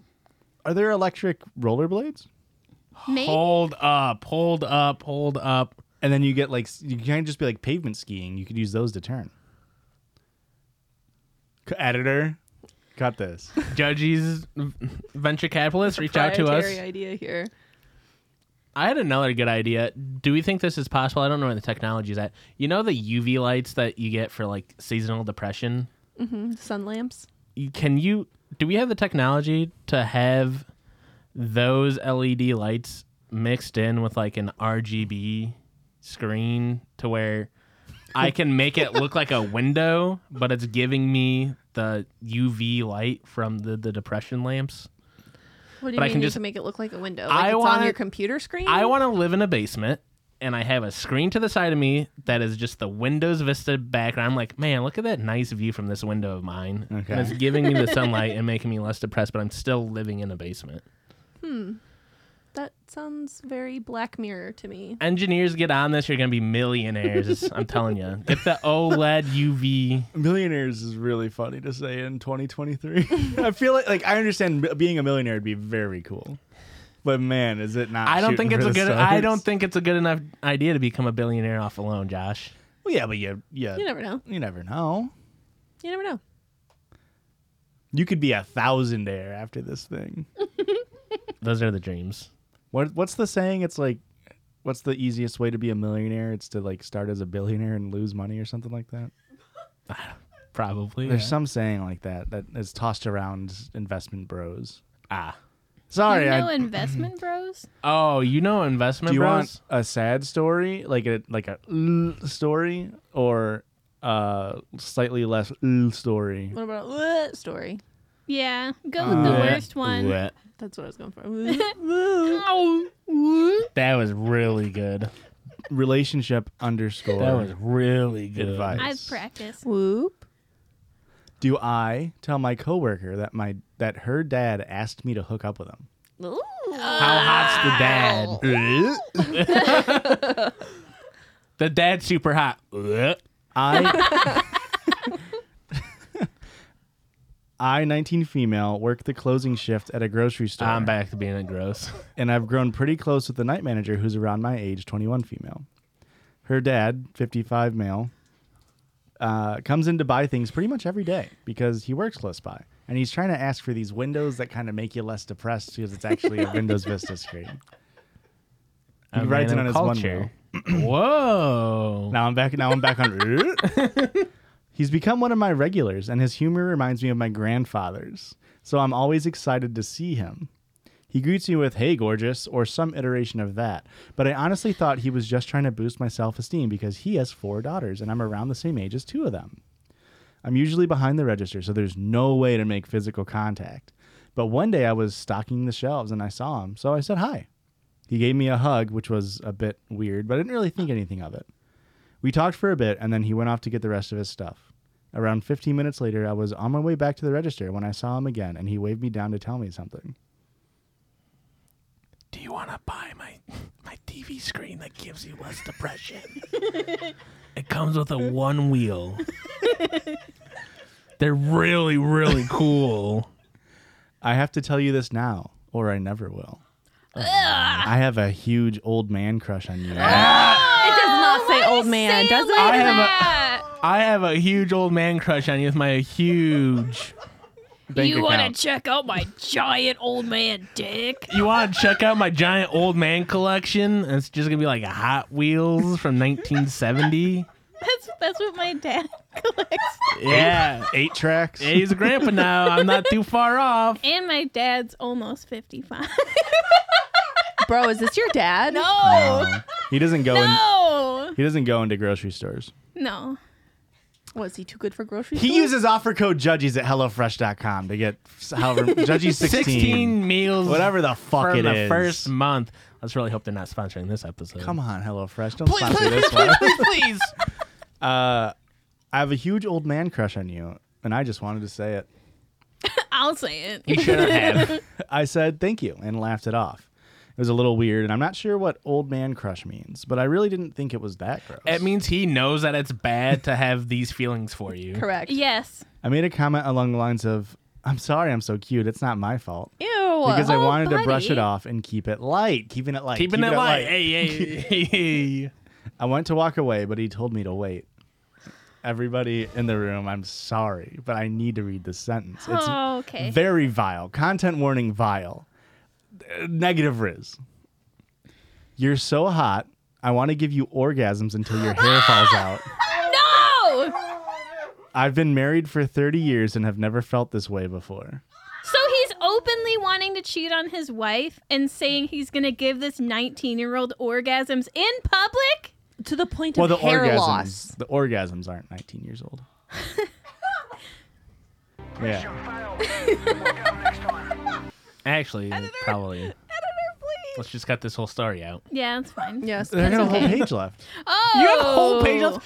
Speaker 5: are there electric rollerblades?
Speaker 10: Maybe.
Speaker 7: Hold up, hold up, hold up.
Speaker 5: And then you get like s- you can't just be like pavement skiing. You could use those to turn. C- Editor, got this.
Speaker 7: Judges, venture capitalists, reach out to us.
Speaker 6: Proprietary idea here.
Speaker 7: I had another good idea. Do we think this is possible? I don't know where the technology is at. You know the UV lights that you get for like seasonal depression?
Speaker 6: hmm Sun lamps.
Speaker 7: You- Can you do we have the technology to have those LED lights mixed in with like an RGB screen to where I can make it look like a window, but it's giving me the UV light from the, the depression lamps?
Speaker 6: What do you
Speaker 7: But I
Speaker 6: mean
Speaker 7: can
Speaker 6: you
Speaker 7: just-
Speaker 6: can make it look like a window? Like
Speaker 7: I
Speaker 6: it's on
Speaker 7: wanna-
Speaker 6: your computer screen?
Speaker 7: I want to live in a basement and I have a screen to the side of me that is just the Windows Vista background. I'm like, man, look at that nice view from this window of mine.
Speaker 5: Okay.
Speaker 7: And it's giving me the sunlight and making me less depressed, but I'm still living in a basement.
Speaker 6: Hmm. That sounds very Black Mirror to me.
Speaker 7: Engineers get on this, you're going to be millionaires. I'm telling you. Get the E OLED UV.
Speaker 5: Millionaires is really funny to say in 2023. I feel like like I understand b- being a millionaire would be very cool, but man, is it not?
Speaker 7: I don't
Speaker 5: shooting
Speaker 7: think it's
Speaker 5: for
Speaker 7: a
Speaker 5: the
Speaker 7: good
Speaker 5: stars?
Speaker 7: I don't think it's a good enough idea to become a billionaire off alone, Josh.
Speaker 5: Well, yeah, but you, yeah,
Speaker 6: You never know.
Speaker 5: You never know.
Speaker 6: You never know.
Speaker 5: You could be a thousandaire after this thing.
Speaker 7: Those are the dreams.
Speaker 5: What what's the saying? It's like, what's the easiest way to be a millionaire? It's to like start as a billionaire and lose money or something like that.
Speaker 7: Probably.
Speaker 5: There's
Speaker 7: yeah.
Speaker 5: some saying like that that is tossed around investment bros.
Speaker 7: Ah.
Speaker 5: Sorry,
Speaker 10: you know
Speaker 5: I,
Speaker 10: investment bros?
Speaker 7: Oh, you know investment
Speaker 5: do you
Speaker 7: bros?
Speaker 5: want a sad story, like a like a ooh story, or a slightly less ooh story?
Speaker 6: What about what story?
Speaker 10: Yeah, go with the
Speaker 7: Uh,
Speaker 10: worst one.
Speaker 7: bleh.
Speaker 6: That's what I was going for.
Speaker 10: Ow.
Speaker 7: That was really good.
Speaker 5: Relationship underscore.
Speaker 7: That was really good.
Speaker 5: Advice.
Speaker 10: I've practiced.
Speaker 6: Whoop.
Speaker 5: Do I tell my coworker that my that her dad asked me to hook up with him?
Speaker 6: Ooh.
Speaker 7: How hot's the dad? the dad's super hot.
Speaker 5: I I, 19 female, work the closing shift at a grocery store. I'm
Speaker 7: back to being a gross.
Speaker 5: And I've grown pretty close with the night manager who's around my age, 21 female. Her dad, 55 male, uh, comes in to buy things pretty much every day because he works close by. And he's trying to ask for these windows that kind of make you less depressed because it's actually a Windows Vista screen. He
Speaker 7: A
Speaker 5: rides in
Speaker 7: man of
Speaker 5: on his
Speaker 7: culture.
Speaker 5: one wheel. Whoa! Now I'm back. Now I'm back on. He's become one of my regulars, and his humor reminds me of my grandfather's. So I'm always excited to see him. He greets me with "Hey, gorgeous" or some iteration of that. But I honestly thought he was just trying to boost my self-esteem because he has four daughters, and I'm around the same age as two of them. I'm usually behind the register, so there's no way to make physical contact. But one day I was stocking the shelves and I saw him, so I said hi. He gave me a hug, which was a bit weird, but I didn't really think anything of it. We talked for a bit, and then he went off to get the rest of his stuff. Around 15 minutes later, I was on my way back to the register when I saw him again, and he waved me down to tell me something.
Speaker 7: Do you want to buy my my TV screen that gives you less depression? it comes with a one wheel.
Speaker 5: They're really, really cool. I have to tell you this now, or I never will. I have a huge old man crush on you.
Speaker 6: it does not say old man. It does not
Speaker 7: I have a I have a huge old man crush on you with my huge bank
Speaker 11: you want
Speaker 7: account.
Speaker 11: to check out my giant old man dick?
Speaker 7: you want to check out my giant old man collection? It's just gonna be like Hot Wheels from 1970.
Speaker 10: That's that's what my dad collects.
Speaker 7: Yeah,
Speaker 5: eight tracks.
Speaker 7: Yeah, he's a grandpa now. I'm not too far off.
Speaker 10: And my dad's almost fifty-five.
Speaker 6: Bro, is this your dad?
Speaker 10: No.
Speaker 5: He doesn't go
Speaker 10: No.
Speaker 5: in. He doesn't go into grocery stores.
Speaker 10: No.
Speaker 6: Was he too good for grocery
Speaker 5: He uses offer code Judges at HelloFresh.com to get however Judges 16,
Speaker 7: 16 meals,
Speaker 5: whatever the fuck
Speaker 7: for
Speaker 5: it is.
Speaker 7: the first month. Let's really hope they're not sponsoring this episode.
Speaker 5: Come on, HelloFresh, don't
Speaker 7: Please,
Speaker 5: sponsor
Speaker 7: please,
Speaker 5: this one.
Speaker 7: please, please.
Speaker 5: Uh, I have a huge old man crush on you, and I just wanted to say it.
Speaker 10: I'll say it.
Speaker 5: I said thank you and laughed it off. It was a little weird, and I'm not sure what old man crush means, but I really didn't think it was that gross.
Speaker 7: It means he knows that it's bad to have these feelings for you.
Speaker 6: Correct.
Speaker 10: Yes.
Speaker 5: I made a comment along the lines of, I'm sorry I'm so cute. It's not my fault.
Speaker 6: Ew.
Speaker 5: Because I
Speaker 6: Oh,
Speaker 5: wanted to brush
Speaker 6: buddy.
Speaker 5: it off and keep it light. Keeping it light.
Speaker 7: Keeping
Speaker 5: keep
Speaker 7: it light. Hey, hey,
Speaker 5: I went to walk away, but he told me to wait. Everybody in the room, I'm sorry, but I need to read this sentence. It's
Speaker 10: Oh, okay.
Speaker 5: very vile. Content warning vile. Uh, Negative Riz. You're so hot. I want to give you orgasms until your hair falls out.
Speaker 10: No.
Speaker 5: I've been married for 30 years and have never felt this way before.
Speaker 10: So he's openly wanting to cheat on his wife and saying he's going to give this 19-year-old orgasms in public
Speaker 6: to the point
Speaker 5: well, the orgasms, the orgasms aren't 19 years old. yeah,
Speaker 7: Actually, probably. Let's just cut this whole story out.
Speaker 10: Yeah, that's fine.
Speaker 6: Yes.
Speaker 7: They
Speaker 5: Eh.
Speaker 7: got a whole
Speaker 5: page left.
Speaker 10: Oh.
Speaker 7: You have a whole page left.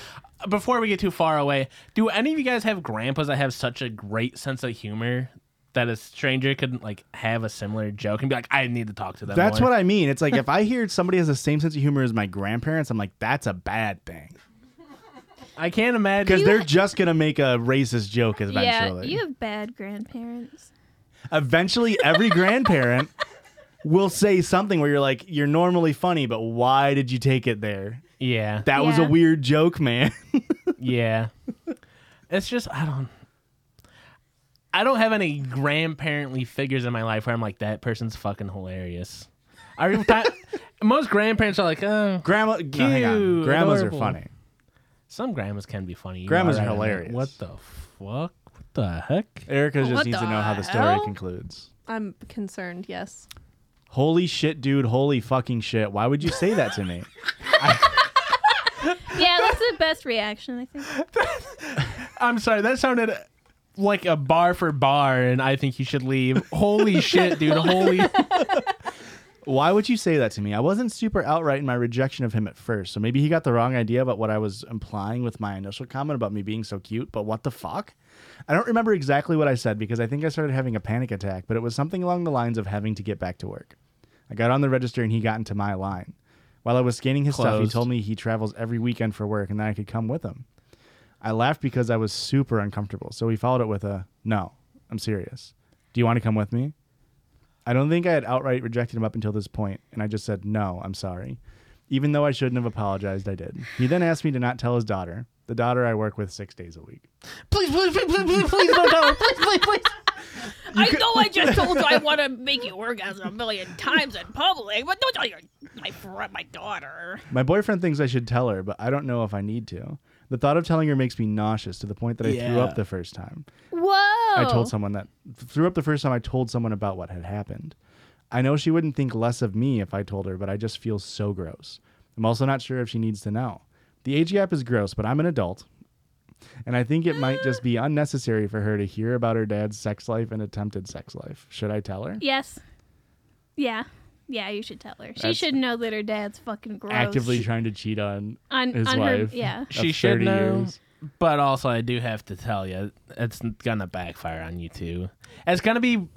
Speaker 7: Before we get too far away, do any of you guys have grandpas that have such a great sense of humor that a stranger couldn't like have a similar joke and be like, "I need to talk to them."
Speaker 5: that's
Speaker 7: more."
Speaker 5: what I mean. It's like if I hear somebody has the same sense of humor as my grandparents, I'm like, that's a bad thing
Speaker 7: I can't imagine
Speaker 5: because they're just gonna make a racist joke
Speaker 10: Yeah,
Speaker 5: eventually.
Speaker 10: you have bad grandparents.
Speaker 5: Eventually, every grandparent will say something where you're like, you're normally funny, but why did you take it there?
Speaker 7: Yeah,
Speaker 5: that was a
Speaker 7: Yeah.
Speaker 5: weird joke, man.
Speaker 7: yeah, it's just I don't. I don't have any grandparently figures in my life where I'm like, that person's fucking hilarious. I re- I- most grandparents are like, oh,
Speaker 5: grandma,
Speaker 7: cute,
Speaker 5: No, hang on. Grandmas
Speaker 7: adorable."
Speaker 5: are funny.
Speaker 7: Some grandmas can be funny. you
Speaker 5: Grandmas
Speaker 7: are
Speaker 5: are
Speaker 7: right on that.
Speaker 5: hilarious.
Speaker 7: What the fuck? What the heck?
Speaker 5: Erica just
Speaker 6: What
Speaker 5: needs to
Speaker 6: the
Speaker 5: know how the story
Speaker 6: hell?
Speaker 5: concludes.
Speaker 6: I'm concerned, yes.
Speaker 5: Holy shit, dude! Holy fucking shit! Why would you say that to me?
Speaker 10: Yeah, that's the best reaction, I think.
Speaker 7: I'm sorry, that sounded like a bar for bar, and I think you should leave. Holy shit, dude! Holy.
Speaker 5: Why would you say that to me? I wasn't super outright in my rejection of him at first, so maybe he got the wrong idea about what I was implying with my initial comment about me being so cute, but what the fuck? I don't remember exactly what I said because I think I started having a panic attack, but it was something along the lines of having to get back to work. I got on the register and he got into my line. While I was scanning his stuff, he
Speaker 7: Closed.
Speaker 5: told me he travels every weekend for work and that I could come with him. I laughed because I was super uncomfortable, so he followed it with a no. I'm serious. Do you want to come with me? I don't think I had outright rejected him up until this point, and I just said, no, I'm sorry. Even though I shouldn't have apologized, I did. He then asked me to not tell his daughter, the daughter I work with six days a week.
Speaker 11: Please, please, please, please, please, please, don't tell her. please, please, please. I know I just told you I want to make you orgasm a million times in public, but don't tell your my fr- my daughter.
Speaker 5: My boyfriend thinks I should tell her, but I don't know if I need to. The thought of telling her makes me nauseous to the point that I threw
Speaker 7: Yeah.
Speaker 5: up the first time.
Speaker 10: Whoa.
Speaker 5: I told someone that threw up the first time I told someone about what had happened. I know she wouldn't think less of me if I told her, but I just feel so gross. I'm also not sure if she needs to know. The age gap is gross, but I'm an adult, and I think it might just be unnecessary for her to hear about her dad's sex life and attempted sex life. Should I tell her?
Speaker 10: Yes. Yeah. Yeah, you should tell her. She
Speaker 5: That's-
Speaker 10: should know that her dad's fucking gross.
Speaker 5: Actively trying to cheat on,
Speaker 10: On-
Speaker 5: his
Speaker 10: on her-
Speaker 5: wife.
Speaker 10: yeah.
Speaker 5: of
Speaker 7: She should
Speaker 5: 30
Speaker 7: know.
Speaker 5: years.
Speaker 7: But also, I do have to tell you, it's gonna backfire on you too. It's gonna be,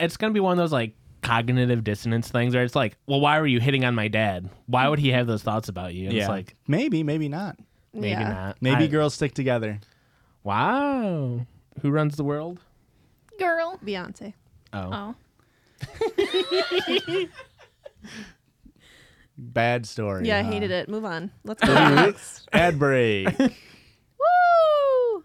Speaker 7: it's gonna be one of those like cognitive dissonance things where it's like, well, why were you hitting on my dad? Why would he have those thoughts about you? And
Speaker 5: Yeah.
Speaker 7: It's like
Speaker 5: maybe, maybe not.
Speaker 7: maybe not.
Speaker 5: Maybe
Speaker 7: I-
Speaker 5: girls stick together.
Speaker 7: Wow. Who runs the world?
Speaker 10: Girl.
Speaker 6: Beyonce.
Speaker 7: Oh.
Speaker 6: Oh.
Speaker 5: Bad story.
Speaker 6: yeah, I
Speaker 5: huh?
Speaker 6: hated it. Move on. Let's go.
Speaker 5: Ad break.
Speaker 6: Woo!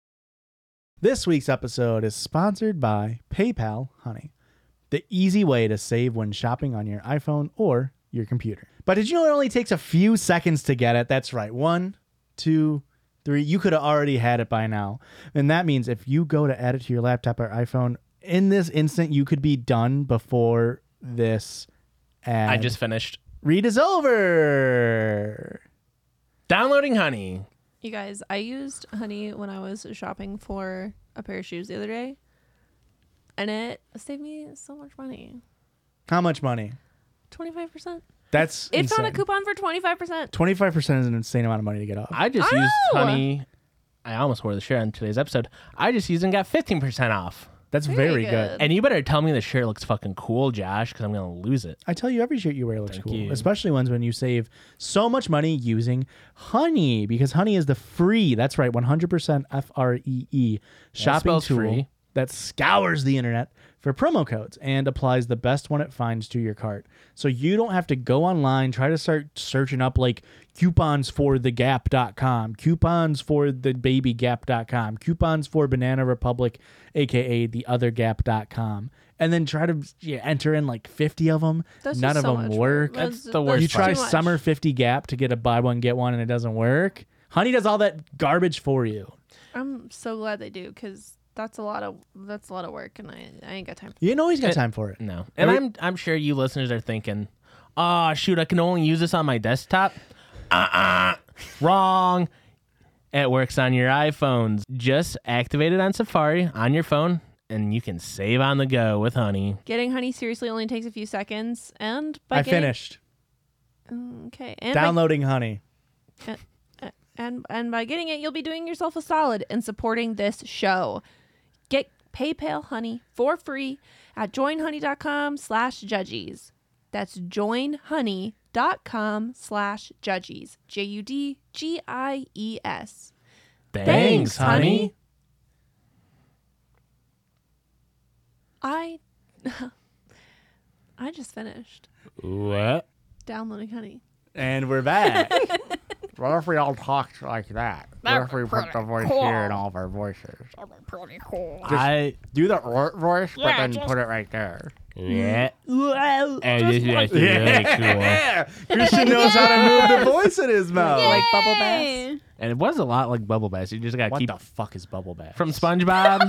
Speaker 5: This week's episode is sponsored by PayPal Honey, the easy way to save when shopping on your iPhone or your computer. But did you know it only takes a few seconds to get it? That's right. One, two, three. You could have already had it by now. And that means if you go to add it to your laptop or iPhone in this instant, you could be done before this ad.
Speaker 7: I just finished
Speaker 5: Read is over.
Speaker 7: downloading Honey.
Speaker 6: You guys, I used honey when I was shopping for a pair of shoes the other day, and it saved me so much money.
Speaker 5: How much money?
Speaker 6: Twenty five percent.
Speaker 5: That's
Speaker 6: It's on a
Speaker 5: insane.
Speaker 6: coupon for twenty five percent.
Speaker 5: 25% is an insane amount of money to get off.
Speaker 7: I just used
Speaker 6: Oh!
Speaker 7: Honey. I almost wore the shirt on today's episode. I just used and got 15% off.
Speaker 5: That's
Speaker 6: Very very good. good.
Speaker 7: And you better tell me the shirt looks fucking cool, Josh, because I'm going to lose it.
Speaker 5: I tell you every shirt you wear looks cool,
Speaker 7: you.
Speaker 5: especially ones when you save so much money using Honey because Honey is the free, that's right, 100% F R E E shopping
Speaker 7: spells
Speaker 5: tool
Speaker 7: free.
Speaker 5: that scours the internet for promo codes and applies the best one it finds to your cart. So you don't have to go online, try to start searching up like coupons for the gap.com, coupons for the baby gap.com, coupons for banana republic aka the other gap.com. And then try to yeah, enter in like 50 of them.
Speaker 7: That's
Speaker 5: None
Speaker 7: just
Speaker 5: of
Speaker 7: so
Speaker 5: them
Speaker 7: much
Speaker 5: work.
Speaker 7: work. That's- That's the that's worst
Speaker 5: You try
Speaker 7: too much.
Speaker 5: summer 50 gap to get a buy one, get one, and it doesn't work. Honey does all that garbage for you.
Speaker 6: I'm so glad they do because that's a lot of that's a lot of work, and I, I ain't got time.
Speaker 5: You know he's got time for it.
Speaker 7: No. And
Speaker 5: Every-
Speaker 7: I'm I'm sure you listeners are thinking, oh, shoot, I can only use this on my desktop. Uh-uh. Wrong. It works on your iPhones. Just activate it on Safari on your phone, and you can save on the go with Honey.
Speaker 6: Getting honey seriously only takes a few seconds, and by
Speaker 5: I
Speaker 6: getting-
Speaker 5: finished
Speaker 6: Okay, and by-
Speaker 5: downloading Honey.
Speaker 6: and, and and by getting it, you'll be doing yourself a solid and supporting this show. Get PayPal Honey for free at joinhoney.com slash judges. That's joinhoney.com slash judges. J U D G I E S.
Speaker 7: Thanks, honey.
Speaker 6: I I just finished.
Speaker 7: What?
Speaker 6: downloading honey.
Speaker 5: And we're back. what if we all talked like that?
Speaker 6: That What if we
Speaker 11: put the voice cool. here in all
Speaker 5: of our voices?
Speaker 11: Pretty cool.
Speaker 5: I do the voice,
Speaker 11: but Yeah, then just- put it
Speaker 5: right there.
Speaker 11: Yeah.
Speaker 12: Hey, this is actually really
Speaker 5: Yeah.
Speaker 12: cool.
Speaker 5: Christian knows how to move the voice in his mouth.
Speaker 6: Like bubble bass.
Speaker 7: And it was a lot like Bubble Bass. You just got to
Speaker 5: What
Speaker 7: keep
Speaker 5: the fuck is Bubble Bass?
Speaker 7: from SpongeBob.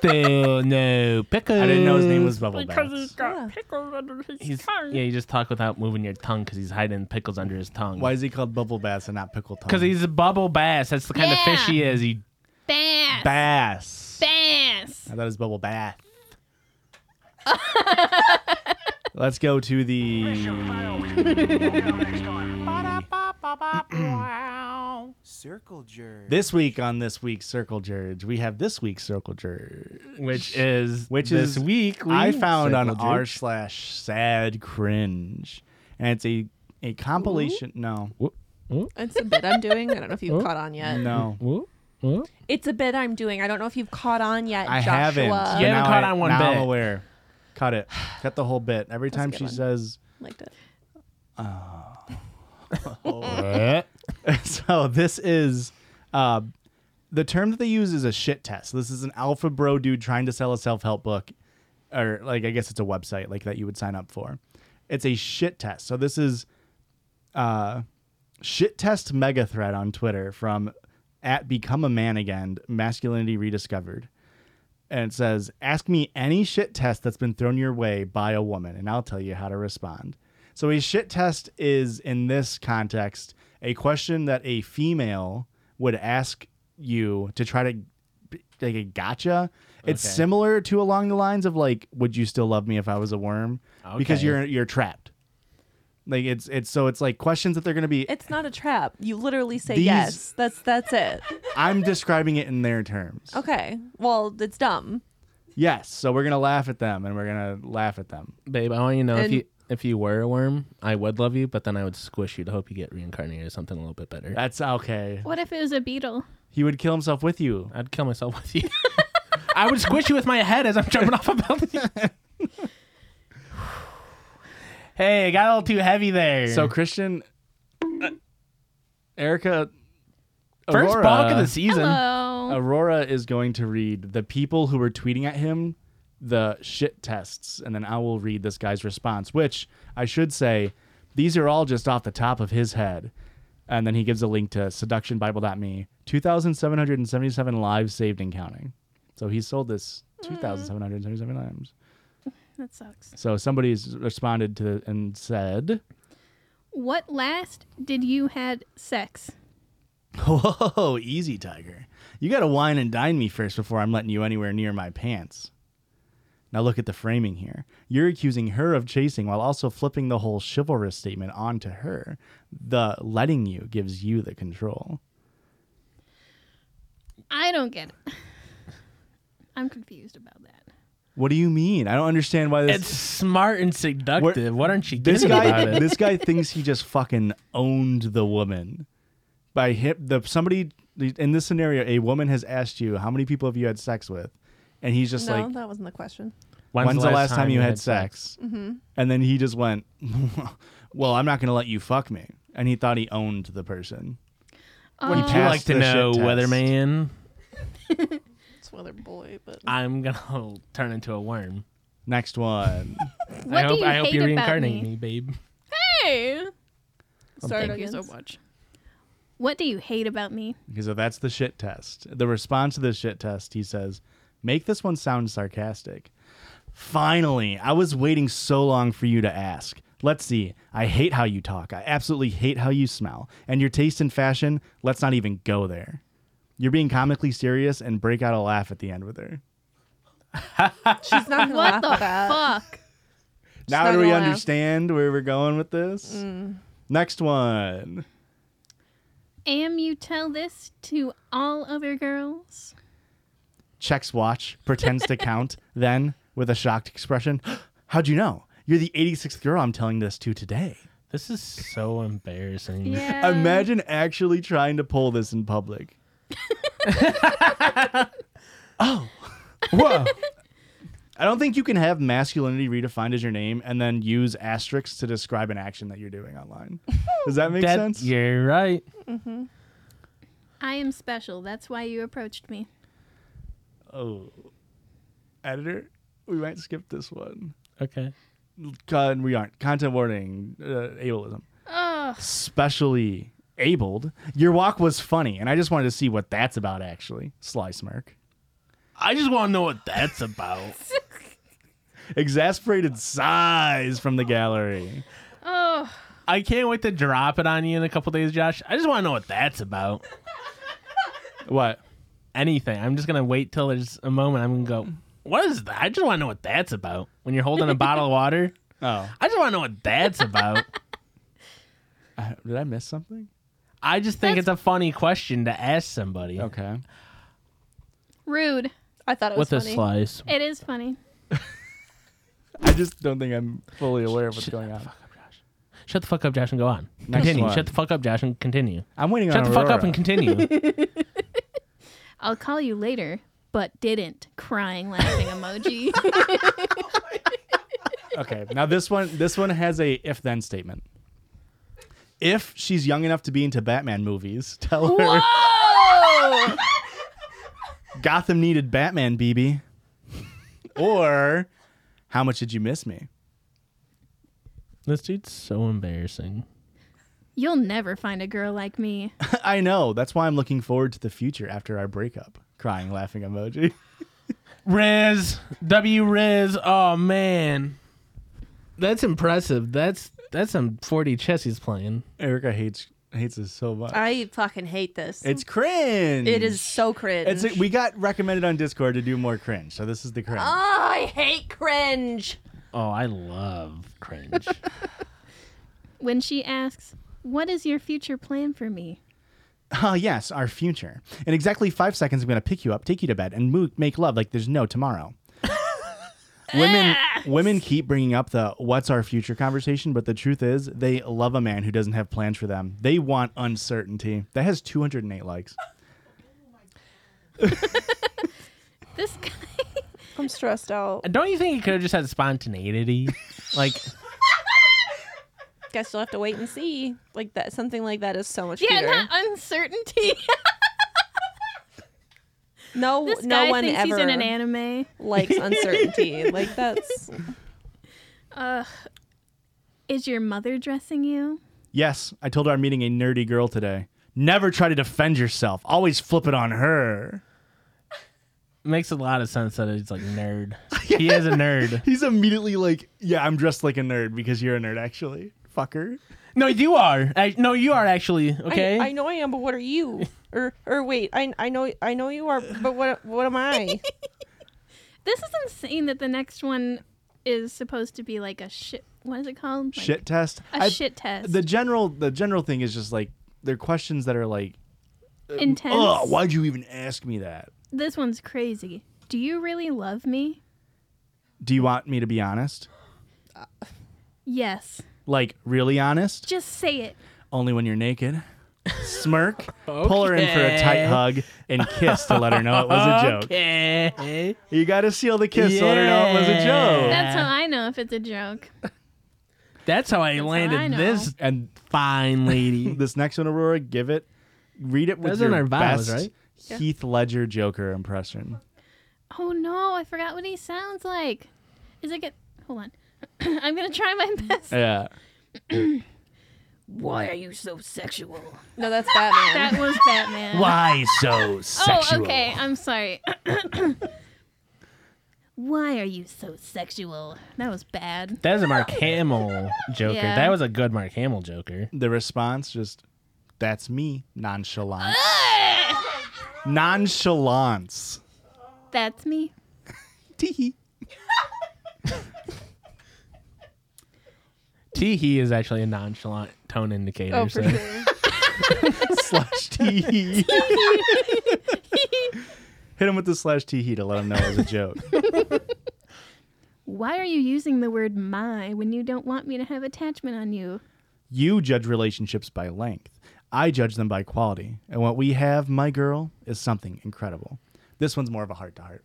Speaker 7: Still no pickles.
Speaker 5: I didn't know his name was Bubble
Speaker 11: Because
Speaker 7: Bass.
Speaker 11: he's got pickles under his
Speaker 7: He's,
Speaker 11: tongue.
Speaker 7: yeah, you just talk without moving your tongue because he's hiding pickles under his tongue.
Speaker 5: Why is he called Bubble Bass and not Pickle Tongue?
Speaker 7: Because he's a bubble bass. That's the kind of fish he is. He
Speaker 10: Bass.
Speaker 5: Bass.
Speaker 10: Bass.
Speaker 5: I thought it was Bubble Bath. Let's go to the.
Speaker 13: Circle jerk.
Speaker 5: This week on this week's Circle Jerge, we have this week's Circle Jerge,
Speaker 7: which is
Speaker 5: which
Speaker 7: this
Speaker 5: is
Speaker 7: week we-
Speaker 5: I found on
Speaker 7: Circle Jerge.
Speaker 5: r slash sad cringe, and it's a a compilation. No,
Speaker 6: It's a bit I'm doing. I don't know if you've caught on yet.
Speaker 5: no,
Speaker 6: It's a bit I'm doing. I don't know if you've caught on yet.
Speaker 5: I
Speaker 6: Joshua.
Speaker 5: haven't. but now
Speaker 7: caught
Speaker 5: I,
Speaker 7: on one
Speaker 5: now I'm
Speaker 7: bit.
Speaker 5: aware. Cut it. Cut the whole bit. Every
Speaker 6: That's a
Speaker 5: time
Speaker 6: good
Speaker 5: she
Speaker 6: one.
Speaker 5: says.
Speaker 6: Liked it.
Speaker 5: Oh. so this is uh, the term that they use is a shit test. This is an alpha bro dude trying to sell a self help book, or like I guess it's a website like that you would sign up for. It's a shit test. So this is uh, shit test mega thread on Twitter from at become a man again masculinity rediscovered. And it says, ask me any shit test that's been thrown your way by a woman, and I'll tell you how to respond. So, a shit test is, in this context, a question that a female would ask you to try to b- like a gotcha. It's
Speaker 7: Okay.
Speaker 5: similar to along the lines of like, would you still love me if I was a worm? Because
Speaker 7: Okay.
Speaker 5: you're you're trapped. Like it's it's so it's like questions that they're gonna be
Speaker 6: It's not a trap. You literally say
Speaker 5: These-
Speaker 6: yes. That's that's it.
Speaker 5: I'm describing it in their terms.
Speaker 6: Okay. Well, it's dumb.
Speaker 5: Yes. So we're gonna laugh at them and we're gonna laugh at them.
Speaker 7: babe, I want you to know if
Speaker 6: And-
Speaker 7: you if you were a worm, I would love you, but then I would squish you to hope you get reincarnated or something a little bit better.
Speaker 5: That's okay.
Speaker 10: What if it was a beetle?
Speaker 5: He would kill himself with you.
Speaker 7: I'd kill myself with you. I would squish you with my head as I'm jumping off a building. hey, it got a little too heavy there.
Speaker 5: So Christian, uh, Erica,
Speaker 7: First
Speaker 5: Aurora,
Speaker 7: bonk of the
Speaker 5: Um.
Speaker 7: season.
Speaker 10: Hello.
Speaker 5: Aurora is going to read the people who were tweeting at him the shit tests, and then I will read this guy's response. Which I should say, these are all just off the top of his head. And then he gives a link to seductionbible.me. 2,777 lives saved and counting. So he sold this 2,777 times.
Speaker 10: Hmm. That sucks.
Speaker 5: So somebody's responded to and said,
Speaker 10: What last did you had sex?
Speaker 5: Whoa, easy, Tiger. You gotta wine and dine me first before I'm letting you anywhere near my pants. Now look at the framing here. You're accusing her of chasing while also flipping the whole chivalrous statement onto her. The letting you gives you the control.
Speaker 10: I don't get it. I'm confused about that.
Speaker 5: What do you mean? I don't understand why this
Speaker 7: It's smart and seductive. What aren't you
Speaker 5: this
Speaker 7: getting
Speaker 5: guy
Speaker 7: about it?
Speaker 5: this guy thinks he just fucking owned the woman by hip the somebody in this scenario a woman has asked you how many people have you had sex with and he's just
Speaker 6: no,
Speaker 5: like
Speaker 6: that wasn't the question.
Speaker 5: When's, the last, time, you had sex?
Speaker 6: Mhm.
Speaker 5: And then he just went, Well, I'm not going to let you fuck me. And he thought he owned the person.
Speaker 7: Wouldn't you like to know, weatherman?
Speaker 6: It's weather boy, but
Speaker 7: I'm gonna turn into a worm.
Speaker 5: Next one.
Speaker 7: I
Speaker 10: What do
Speaker 7: hope
Speaker 10: you
Speaker 7: I hope
Speaker 10: hate
Speaker 7: you
Speaker 10: about
Speaker 7: reincarnate
Speaker 10: me?
Speaker 7: me, babe.
Speaker 10: Hey.
Speaker 6: Sorry,
Speaker 10: Thank you so
Speaker 6: Duggins.
Speaker 10: much. What do you hate about me?
Speaker 5: Okay, so that's the shit test. The response to the shit test, he says, Make this one sound sarcastic. Finally, I was waiting so long for you to ask. Let's see. I hate how you talk. I absolutely hate how you smell. And your taste in fashion, let's not even go there. You're being comically serious and break out a laugh at the end with her.
Speaker 6: she's not gonna
Speaker 10: What
Speaker 6: laugh
Speaker 10: the
Speaker 6: at that.
Speaker 10: fuck?
Speaker 5: Now
Speaker 6: not
Speaker 5: do we
Speaker 6: gonna laugh.
Speaker 5: understand where we're going with this?
Speaker 10: Mm.
Speaker 5: Next one.
Speaker 10: Am you tell this to all other girls?
Speaker 5: Checks watch, pretends to count, then, with a shocked expression, how'd you know? You're the 86th girl I'm telling this to today.
Speaker 7: This is so embarrassing.
Speaker 6: Mm.
Speaker 10: Yeah.
Speaker 5: Imagine actually trying to pull this in public. oh. Whoa. I don't don't think you can have masculinity redefined as your name and then use asterisks to describe an action that you're doing online. Does that make
Speaker 7: That-
Speaker 5: sense?
Speaker 7: You're right.
Speaker 10: Mm-hmm. I am special. That's why you approached me.
Speaker 5: Oh, editor, we might skip this one.
Speaker 7: Okay.
Speaker 5: Con- we aren't content warning. Uh, ableism.
Speaker 10: Ugh.
Speaker 5: Specially abled. Your walk was funny, and I just wanted to see what that's about. Actually, sly smirk.
Speaker 7: I just want to know what that's about.
Speaker 5: Exasperated sighs from the gallery.
Speaker 10: Oh,
Speaker 7: I can't wait to drop it on you in a couple days, Josh. I just want to know what that's about.
Speaker 5: what?
Speaker 7: Anything. I'm just gonna wait till there's a moment. I'm gonna go. What is that? I just want to know what that's about. When you're holding a bottle of water.
Speaker 5: Oh.
Speaker 7: I just want to know what that's about.
Speaker 5: Uh, did I miss something?
Speaker 7: I just think it's a funny question to ask somebody.
Speaker 5: Okay.
Speaker 10: rude.
Speaker 6: I thought
Speaker 7: With a slice.
Speaker 10: It is funny.
Speaker 5: I just don't think I'm fully aware of what's going on.
Speaker 7: Shut the fuck up, Josh, and go on.
Speaker 5: Next
Speaker 7: Continue.
Speaker 5: one.
Speaker 7: Shut the fuck up, Josh, and continue.
Speaker 5: I'm waiting
Speaker 7: Shut
Speaker 5: on
Speaker 7: the fuck up
Speaker 5: Aurora.
Speaker 7: and continue.
Speaker 10: I'll call you later, but didn't. Crying, laughing emoji.
Speaker 5: okay. Now this one this one has a if then statement. If she's young enough to be into Batman movies, tell her
Speaker 6: Whoa!
Speaker 5: Gotham needed Batman, BB. or how much did you miss me?
Speaker 7: this dude's so embarrassing.
Speaker 10: You'll never find a girl like me.
Speaker 5: I know. That's why I'm looking forward to the future after our breakup. Crying laughing emoji.
Speaker 7: Riz, W Riz. Oh man, that's impressive. That's that's some 40 chess he's playing.
Speaker 5: Erica hates hates us so much.
Speaker 6: I fucking hate this.
Speaker 5: it's cringe.
Speaker 6: It is so cringe.
Speaker 5: It's we got recommended on Discord to do more cringe, so this is the cringe.
Speaker 6: Oh, I hate cringe.
Speaker 7: Oh, I love cringe.
Speaker 10: When she asks, What is your future plan for me?
Speaker 5: Oh, yes, our future. In exactly five seconds, I'm going to pick you up, take you to bed, and mo- make love like there's no tomorrow. women, women keep bringing up the "what's our future" conversation, but the truth is, they love a man who doesn't have plans for them. They want uncertainty. That has 208 likes.
Speaker 10: This guy.
Speaker 6: I'm stressed out.
Speaker 7: Don't you think he could have just had spontaneity? like,
Speaker 6: Guess you'll have to wait and see. Like that, something like that is so much
Speaker 10: Yeah,
Speaker 6: cuter.
Speaker 10: not uncertainty.
Speaker 6: no,
Speaker 10: this
Speaker 6: no
Speaker 10: guy
Speaker 6: one
Speaker 10: thinks
Speaker 6: ever
Speaker 10: he's in an anime.
Speaker 6: likes uncertainty. like that's
Speaker 10: Ugh. Uh, Is your mother dressing you?
Speaker 5: Yes, I told her I'm meeting a nerdy girl today. Never try to defend yourself. Always flip it on her.
Speaker 7: makes a lot of sense that he's like nerd. He is a nerd.
Speaker 5: He's immediately like, "Yeah, I'm dressed like a nerd because you're a nerd, actually, fucker."
Speaker 7: No, you are. I, no, you are actually. Okay.
Speaker 6: I, I know I am, but what are you? Or or wait, I I know I know you are, but what what am I?
Speaker 10: This is insane that the next one is supposed to be like a shit. What is it called? Like
Speaker 5: shit test.
Speaker 10: A
Speaker 5: I-
Speaker 10: shit test.
Speaker 5: The general the general thing is just like they're questions that are like uh,
Speaker 10: Intense.
Speaker 5: "Ugh, why'd you even ask me that?
Speaker 10: This one's crazy. Do you really love me?
Speaker 5: Do you want me to be honest?
Speaker 10: Yes.
Speaker 5: Like really honest?
Speaker 10: Just say it.
Speaker 5: Only when you're naked. Smirk. Pull her in for a tight
Speaker 7: Okay.
Speaker 5: hug and kiss to let her know it was a joke.
Speaker 7: Okay.
Speaker 5: You got to seal the kiss to let her know it was a
Speaker 7: Yeah.
Speaker 5: joke.
Speaker 10: That's how I know if it's a joke.
Speaker 7: That's how I landed
Speaker 10: I know.
Speaker 7: this.
Speaker 5: and
Speaker 7: fine lady.
Speaker 5: this next one, Aurora, give it. Read it with
Speaker 7: Those are in
Speaker 5: your
Speaker 7: our vows,
Speaker 5: best
Speaker 7: right?
Speaker 10: Yeah.
Speaker 5: Heath Ledger Joker impression.
Speaker 10: Oh no, I forgot what he sounds like. Is it get hold on. I'm gonna try my best.
Speaker 5: Yeah.
Speaker 11: Why are you so sexual?
Speaker 6: No, that's Batman.
Speaker 10: That was Batman.
Speaker 5: so
Speaker 10: Oh, okay. I'm sorry. Why are you so sexual? That was bad.
Speaker 7: That was a Mark Hamill Joker.
Speaker 10: Yeah.
Speaker 7: That was a good Mark Hamill Joker.
Speaker 5: The response just, that's me, nonchalant. Nonchalance.
Speaker 10: That's me.
Speaker 5: Teehee.
Speaker 7: Teehee is actually a nonchalant tone indicator.
Speaker 6: Oh, for
Speaker 7: so.
Speaker 6: sure.
Speaker 5: slash teehee. Hit him with the slash teehee to let him know it was a joke.
Speaker 10: Why are you using the word my when you don't want me to have attachment on you?
Speaker 5: you judge relationships by length. I judge them by quality. And what we have, my girl, is something incredible. This one's more of a heart to heart.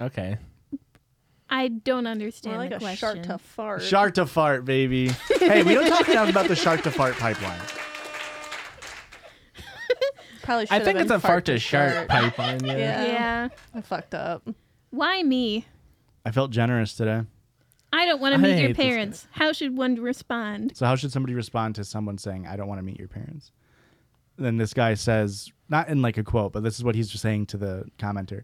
Speaker 7: Okay.
Speaker 10: I don't understand
Speaker 6: More like
Speaker 10: the
Speaker 6: a
Speaker 10: question.
Speaker 6: shark to fart.
Speaker 5: Shark to fart, baby. hey, we don't talk enough about the shark to fart pipeline.
Speaker 6: Probably
Speaker 7: I
Speaker 6: should've
Speaker 7: think
Speaker 6: been
Speaker 7: it's a fart to shark
Speaker 6: shark.
Speaker 7: pipeline. Yeah.
Speaker 6: yeah. I fucked up.
Speaker 10: Why me?
Speaker 5: I felt generous today.
Speaker 10: I don't want
Speaker 5: I
Speaker 10: to meet
Speaker 5: hate
Speaker 10: your
Speaker 5: this guy.
Speaker 10: parents. How should one respond?
Speaker 5: So how should somebody respond to someone saying, "I don't want to meet your parents"? Then this guy says, not in like a quote, but this is what he's just saying to the commenter,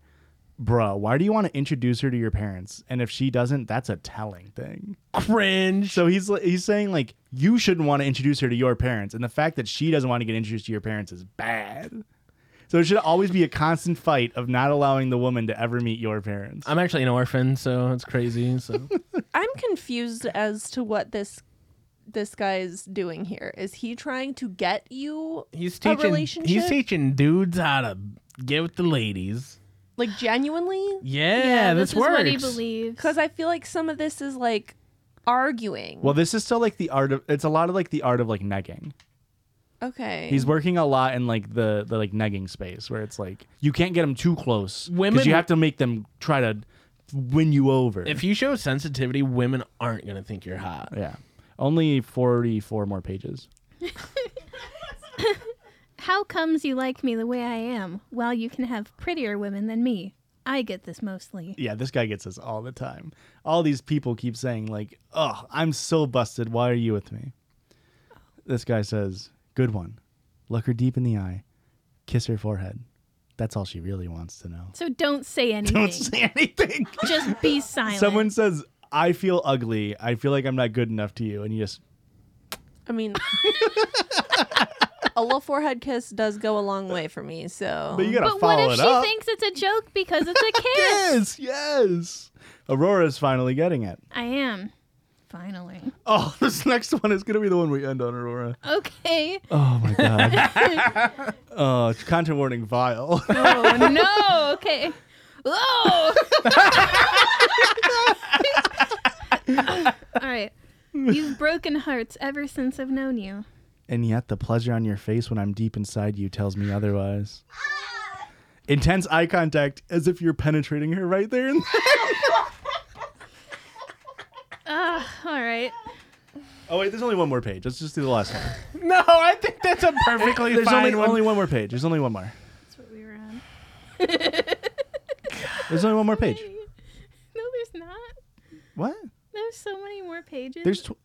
Speaker 5: "Bruh, why do you want to introduce her to your parents? And if she doesn't, that's a telling thing." Cringe. So he's li- he's saying like you shouldn't want to introduce her to your parents, and the fact that she doesn't want to get introduced to your parents is bad. So it should always be a constant fight of not allowing the woman to ever meet your parents.
Speaker 7: I'm actually an orphan, so it's crazy. So
Speaker 6: I'm confused as to what this this guy's doing here. Is he trying to get you
Speaker 7: he's
Speaker 6: a
Speaker 7: teaching.
Speaker 6: relationship?
Speaker 7: He's teaching dudes how to get with the ladies.
Speaker 6: like genuinely?
Speaker 7: Yeah, this, works.
Speaker 6: believes. Because I feel like some of this is like arguing.
Speaker 5: Well, this is still like the art of it's a lot of like the art of like negging.
Speaker 6: Okay.
Speaker 5: He's working a lot in like the the like negging space where it's like you can't get them too close
Speaker 7: Women-
Speaker 5: because you have to make them try to win you over.
Speaker 7: If you show sensitivity, women aren't gonna think you're hot.
Speaker 5: yeah, only forty four more pages.
Speaker 10: How comes you like me the way I am, while you can have prettier women than me? I get this mostly.
Speaker 5: Yeah, this guy gets this all the time. All these people keep saying like, "Oh, I'm so busted. Why are you with me?" This guy says, "Good one. Look her deep in the eye, kiss her forehead. That's all she really wants to know."
Speaker 10: So don't say anything. Don't
Speaker 5: say anything.
Speaker 10: Just be silent.
Speaker 5: Someone says, "I feel ugly. I feel like I'm not good enough to you," and you just
Speaker 6: I mean, a little forehead kiss does go a long way for me. So,
Speaker 5: But you gotta
Speaker 10: but
Speaker 5: follow
Speaker 10: what if
Speaker 5: it
Speaker 10: she
Speaker 5: up.
Speaker 10: thinks it's a joke because it's a kiss?
Speaker 5: yes, yes. Aurora's finally getting it.
Speaker 10: I am. Finally.
Speaker 5: Oh, this next one is gonna be the one we end on, Aurora.
Speaker 10: Okay.
Speaker 5: Oh my god. Oh, it's content warning vile.
Speaker 10: Oh no. Okay. Oh. All right. You've broken hearts ever since I've known you.
Speaker 5: and yet the pleasure on your face when I'm deep inside you tells me otherwise. Intense eye contact as if you're penetrating her right there. And
Speaker 10: Ah, all right.
Speaker 5: oh wait, there's only one more page. Let's just do the last one.
Speaker 7: No, I think that's a perfectly
Speaker 5: There's
Speaker 7: fine
Speaker 5: only
Speaker 7: one.
Speaker 5: only one more page. There's only one more.
Speaker 10: That's what we were on.
Speaker 5: There's only one more page.
Speaker 10: No, there's not.
Speaker 5: What?
Speaker 10: There's so many more pages.
Speaker 5: There's tw-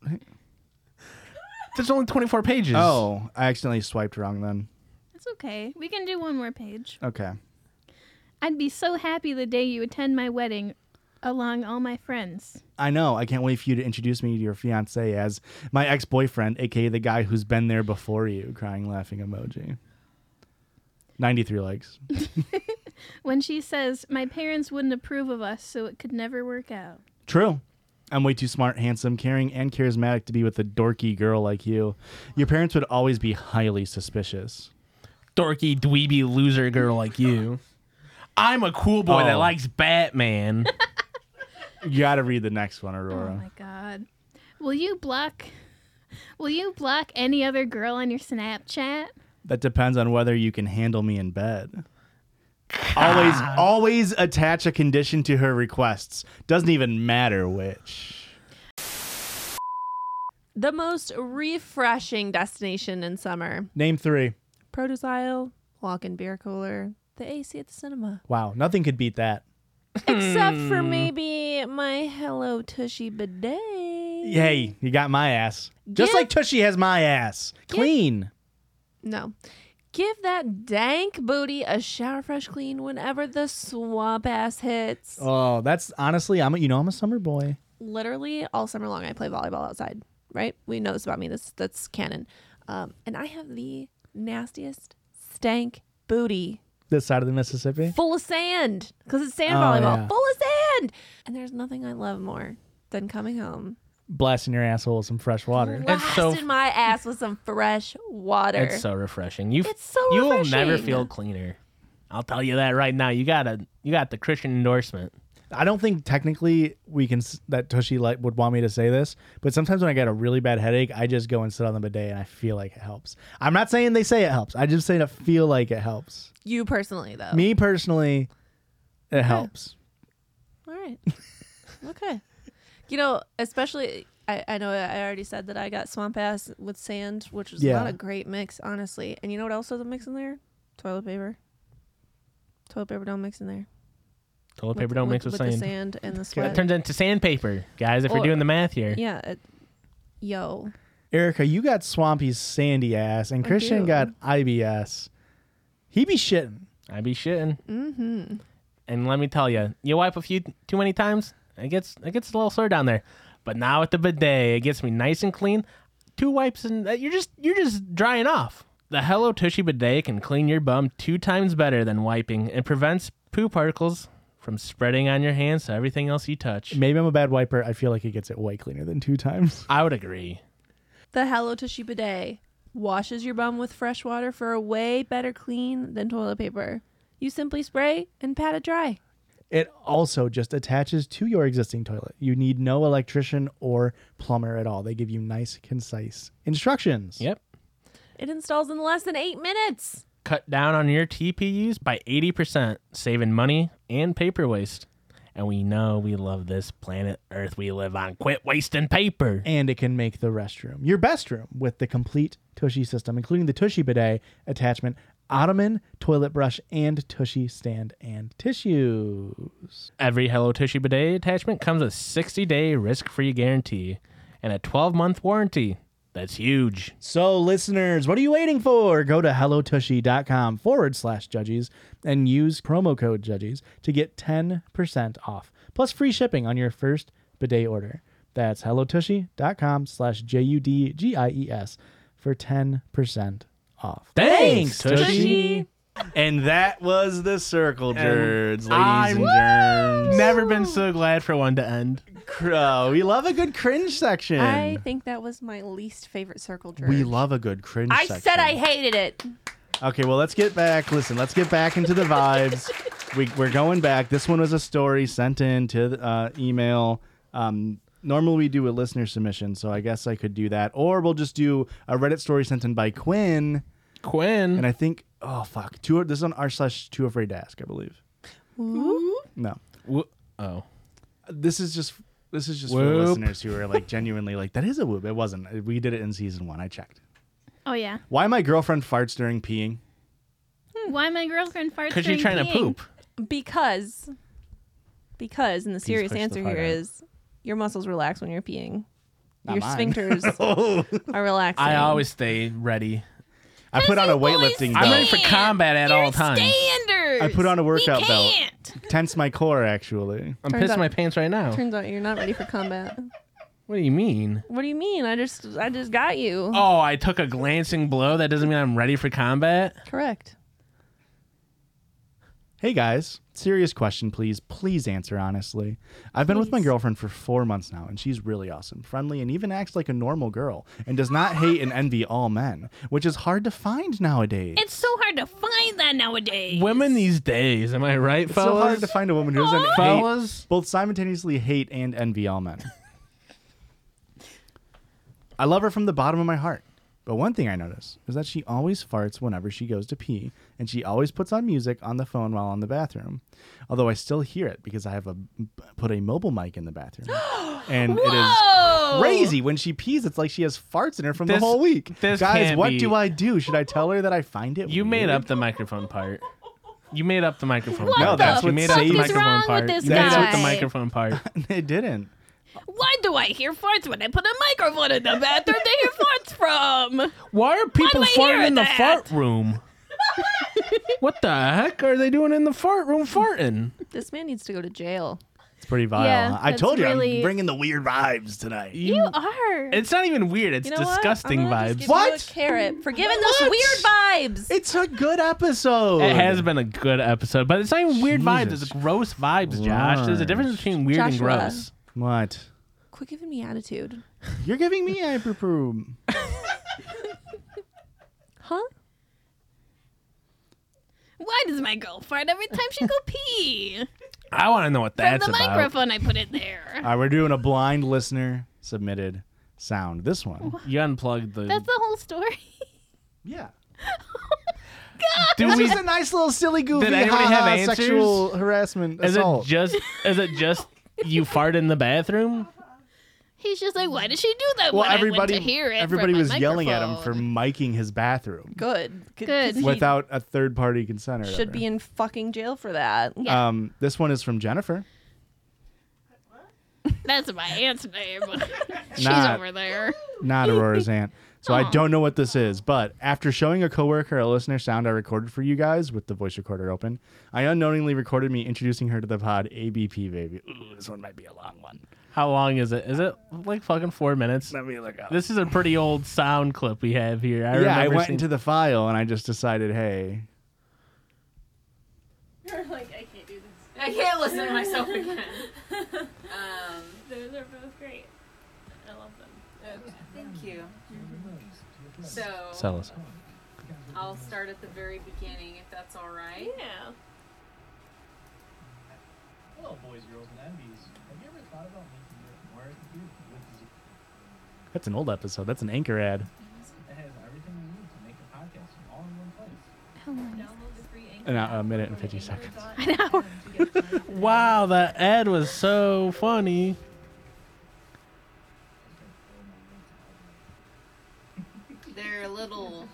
Speaker 7: There's only 24 pages.
Speaker 5: Oh, I accidentally swiped wrong then.
Speaker 10: That's okay. We can do one more page.
Speaker 5: Okay.
Speaker 10: I'd be so happy the day you attend my wedding along all my friends.
Speaker 5: I know. I can't wait for you to introduce me to your fiance as my ex boyfriend, aka the guy who's been there before you. Crying, laughing emoji. 93 likes.
Speaker 10: When she says, My parents wouldn't approve of us, so it could never work out.
Speaker 5: True. I'm way too smart, handsome, caring, and charismatic to be with a dorky girl like you. Your parents would always be highly suspicious.
Speaker 7: Dorky, dweeby, loser girl like you. I'm a cool boy that
Speaker 5: Oh.
Speaker 7: likes Batman.
Speaker 5: You gotta read the next one,
Speaker 10: Oh
Speaker 5: Aurora.
Speaker 10: my god. Will you block Will you block any other girl on your Snapchat?
Speaker 5: That depends on whether you can handle me in bed. Always, always attach a condition to her requests. Doesn't even matter which.
Speaker 6: the most refreshing destination in summer
Speaker 5: Name three.
Speaker 6: produce aisle, walk in beer cooler, the AC at the cinema.
Speaker 5: Wow, nothing could beat that.
Speaker 6: Except for maybe my Hello Tushy bidet.
Speaker 5: Hey, you got my ass. Just
Speaker 6: Yeah.
Speaker 5: like Tushy has my ass. Clean.
Speaker 6: No. Give that dank booty a shower fresh clean whenever the swamp ass hits.
Speaker 5: Oh, that's honestly, I'm a, you know I'm a summer boy.
Speaker 6: literally all summer long I play volleyball outside, right? We know this about me. This that's canon. Um, and I have the nastiest stank booty
Speaker 5: This side of the Mississippi.
Speaker 6: full of sand because it's sand
Speaker 5: Oh,
Speaker 6: volleyball
Speaker 5: yeah.
Speaker 6: full of sand. And there's nothing I love more than coming home.
Speaker 5: Blasting your asshole with some fresh water.
Speaker 6: Blasting my ass with some fresh water.
Speaker 7: It's so refreshing. You
Speaker 6: It's so
Speaker 7: you will never
Speaker 6: refreshing.
Speaker 7: feel cleaner. I'll tell you that right now. You got a you got the Christian endorsement.
Speaker 5: I don't think technically we can s- that Tushy like would want me to say this, but sometimes when I get a really bad headache, I just go and sit on the bidet and I feel like it helps. I'm not saying they say it helps. I just saying I feel like it helps.
Speaker 6: you Oh. personally though.
Speaker 5: Me personally, it helps.
Speaker 6: All right. Okay. You know, especially I, I know I already said that I got swamp ass with sand, which was
Speaker 5: Yeah.
Speaker 6: not a great mix, honestly. And you know what else doesn't mix in there? Toilet paper. Toilet paper don't mix in there.
Speaker 7: Toilet
Speaker 6: With-
Speaker 7: paper don't mix with,
Speaker 6: with
Speaker 7: sand.
Speaker 6: the sand and the
Speaker 7: It
Speaker 6: sweat.
Speaker 7: turns into sandpaper, guys. If
Speaker 6: Or-
Speaker 7: we're doing the math here,
Speaker 6: Yeah. It, yo.
Speaker 5: Erica, you got Swampy's sandy ass, and
Speaker 6: I
Speaker 5: Christian
Speaker 6: do.
Speaker 5: got IBS. He be shitting.
Speaker 7: I be shitting.
Speaker 6: Mm-hmm.
Speaker 7: And let me tell you, you wipe a few too many times, it gets it gets a little sore down there. But now with the bidet, it gets me nice and clean. Two wipes and uh, you're just you're just drying off. The Hello Tushy bidet can clean your bum two times better than wiping and prevents poo particles from spreading on your hands to everything else you touch.
Speaker 5: Maybe I'm a bad wiper. I feel like he gets it way cleaner than two times.
Speaker 7: I would agree.
Speaker 6: The Hello Tushy bidet washes your bum with fresh water for a way better clean than toilet paper. You simply spray and pat it dry.
Speaker 5: It also just attaches to your existing toilet. You need no electrician or plumber at all. They give you nice, concise instructions.
Speaker 7: Yep.
Speaker 6: It installs in less than eight minutes.
Speaker 7: Cut down on your TPUs by 80%, saving money and paper waste. And we know we love this planet Earth we live on. Quit wasting paper.
Speaker 5: And it can make the restroom your best room with the complete Tushy system, including the Tushy bidet attachment, ottoman, toilet brush, and Tushy stand and tissues.
Speaker 7: Every Hello Tushy bidet attachment comes with 60 day risk free guarantee and a 12 month warranty. That's huge.
Speaker 5: So, listeners, what are you waiting for? Go to hellotushy.com forward slash judges and use promo code judges to get 10% off plus free shipping on your first bidet order. That's hellotushy.com slash J U D G I E S for 10% off.
Speaker 7: Thanks, Tushy.
Speaker 5: And that was the circle,
Speaker 7: And
Speaker 5: jerds, ladies
Speaker 7: I'm
Speaker 5: and germs.
Speaker 7: Never been so glad for one to end.
Speaker 5: Crow, uh, we love a good cringe section.
Speaker 6: I think that was my least favorite circle jerk.
Speaker 5: we love a good cringe
Speaker 6: I
Speaker 5: section.
Speaker 6: said I hated it.
Speaker 5: Okay, well, let's get back. Listen, let's get back into the vibes. we, we're going back. This one was a story sent in to the, uh, email. Um, normally, we do a listener submission, so I guess I could do that. Or we'll just do a Reddit story sent in by Quinn.
Speaker 10: Mm-hmm.
Speaker 7: Quinn.
Speaker 5: And I think, oh, fuck. Too, this is on r slash too afraid to ask, I believe. No.
Speaker 7: oh.
Speaker 5: This is just. This is just for
Speaker 7: Whoop.
Speaker 5: listeners who are like genuinely like that is a whoop. It wasn't. We did it in season one. I checked.
Speaker 10: Oh yeah.
Speaker 5: Why my girlfriend farts during peeing?
Speaker 10: Why my girlfriend farts?
Speaker 5: Because you're
Speaker 10: during
Speaker 5: trying to
Speaker 10: peeing?
Speaker 5: poop.
Speaker 6: Because, because, and the serious
Speaker 5: push the
Speaker 6: answer
Speaker 5: fart
Speaker 6: here
Speaker 5: out.
Speaker 6: is your muscles relax when you're peeing.
Speaker 7: Not
Speaker 6: your
Speaker 7: mine.
Speaker 6: sphincters are relaxing.
Speaker 7: I always stay ready.
Speaker 5: I put on a weightlifting
Speaker 7: I'm
Speaker 5: belt.
Speaker 7: ready for combat at all times.
Speaker 5: I put on a workout belt. Tense my core, actually.
Speaker 7: I'm
Speaker 6: Turns
Speaker 7: pissing
Speaker 6: out-
Speaker 7: my pants right
Speaker 5: Oh.
Speaker 7: now.
Speaker 6: Turns out you're not ready for combat.
Speaker 7: What do you mean?
Speaker 6: What do you mean? I just, I just got you.
Speaker 7: Oh, I took a glancing blow. That doesn't mean I'm ready for combat.
Speaker 6: Correct.
Speaker 5: Hey guys, serious question, please. Please answer honestly. I've been with my girlfriend for four months now, and she's really awesome, friendly, and even acts like a normal girl, and does not hate and envy all men, which is hard to find nowadays.
Speaker 10: It's so hard to find that nowadays.
Speaker 7: Women these days, am I right,
Speaker 5: It's so
Speaker 7: fellas?
Speaker 5: hard to find a woman who doesn't hate,
Speaker 7: Fellas?
Speaker 5: both simultaneously hate and envy all men. I love her from the bottom of my heart. But one thing I notice is that she always farts whenever she goes to pee, and she always puts on music on the phone while in the bathroom. Although I still hear it because I have a put a mobile mic in the bathroom, and
Speaker 6: Whoa!
Speaker 5: it is crazy. When she pees, it's like she has farts in her from
Speaker 7: This-
Speaker 5: the whole week.
Speaker 7: this
Speaker 5: Guys,
Speaker 7: can't
Speaker 5: what
Speaker 7: be-
Speaker 5: do I do? Should I tell her that I find it?
Speaker 7: You made
Speaker 5: weird?
Speaker 7: up the microphone part. You made up the microphone
Speaker 5: What
Speaker 7: part.
Speaker 5: No, the that's
Speaker 7: you
Speaker 5: what
Speaker 7: made up the
Speaker 5: saved-
Speaker 7: microphone
Speaker 5: wrong with
Speaker 7: part.
Speaker 5: this
Speaker 7: You made up
Speaker 5: guy?
Speaker 7: the microphone part.
Speaker 5: it didn't.
Speaker 11: Why do I hear farts when I put a microphone in the bathroom to hear farts from?
Speaker 7: Why are
Speaker 11: do
Speaker 7: people
Speaker 11: I hear
Speaker 7: farting in the
Speaker 11: that?
Speaker 7: fart room? what the heck are they doing in the fart room farting?
Speaker 6: This man needs to go to jail.
Speaker 5: It's pretty vile.
Speaker 6: Yeah,
Speaker 5: I
Speaker 6: that's
Speaker 5: told you
Speaker 6: really-
Speaker 5: I'm bringing the weird vibes tonight.
Speaker 6: are.
Speaker 7: It's not even weird. It's
Speaker 6: You know what? I'm
Speaker 7: disgusting vibes.
Speaker 6: What? carrot for giving those weird vibes.
Speaker 5: It's a good episode.
Speaker 7: It has been a good episode, but it's not even weird vibes. It's gross vibes, Josh. There's a
Speaker 5: Lord.
Speaker 7: difference between weird and
Speaker 6: Joshua.
Speaker 7: gross.
Speaker 5: What?
Speaker 6: Quit giving me attitude.
Speaker 5: You're giving me a poo poo.
Speaker 6: Huh?
Speaker 11: Why does my girl fart every time she go pee?
Speaker 7: I want to know what
Speaker 11: from
Speaker 5: that's
Speaker 11: the
Speaker 5: about.
Speaker 11: microphone I put in there.
Speaker 5: All right, we're doing a blind listener submitted sound. This one.
Speaker 7: You unplugged the.
Speaker 10: That's the whole story.
Speaker 5: Yeah.
Speaker 7: Do
Speaker 5: this
Speaker 7: we-
Speaker 5: is a nice little silly goofy
Speaker 7: Did anybody
Speaker 5: ha-ha
Speaker 7: have answers?
Speaker 5: sexual harassment
Speaker 7: Is it
Speaker 5: assault.
Speaker 7: just? Is it just you fart in the bathroom?
Speaker 10: He's just like, why did she do that?
Speaker 5: Well,
Speaker 10: when
Speaker 5: everybody,
Speaker 10: I went to hear it.
Speaker 5: everybody
Speaker 10: from
Speaker 5: was
Speaker 10: my
Speaker 5: yelling at him
Speaker 10: microphone?"
Speaker 5: for miking his bathroom
Speaker 6: Good. Good.
Speaker 5: without a third party consent. Or
Speaker 6: should be in fucking jail for that.
Speaker 5: whatever. Um, this one is from Jennifer.
Speaker 10: That's my aunt's name. She's
Speaker 5: Not-
Speaker 10: over there.
Speaker 5: not Aurora's aunt. So I don't know what this is, but after showing a coworker a listener sound I recorded for you guys with the voice recorder open, I unknowingly recorded me introducing her to the pod ABP baby. Ooh, this one might be a long one.
Speaker 7: How long is it? Is it like fucking four minutes?
Speaker 5: Let me look up.
Speaker 7: This is a pretty old sound clip we have here. I
Speaker 5: yeah, I
Speaker 7: remember
Speaker 5: went
Speaker 7: seeing-
Speaker 5: into the file and I just decided, hey,
Speaker 8: You're like, I can't do this.
Speaker 11: I can't listen to myself again.
Speaker 8: um,
Speaker 10: they're, they're both great. I love them.
Speaker 8: okay, thank you. So,
Speaker 7: Sell us.
Speaker 8: I'll start at the very beginning if that's all right. Yeah.
Speaker 14: Hello, boys, girls, and envies. Have you ever thought about making your work do with Zoom?
Speaker 5: that's an old episode. That's an anchor ad.
Speaker 14: It has everything you need to make a podcast all in one place.
Speaker 5: An, a minute and 50 seconds.
Speaker 7: Wow, that ad was so funny.
Speaker 8: They're a little,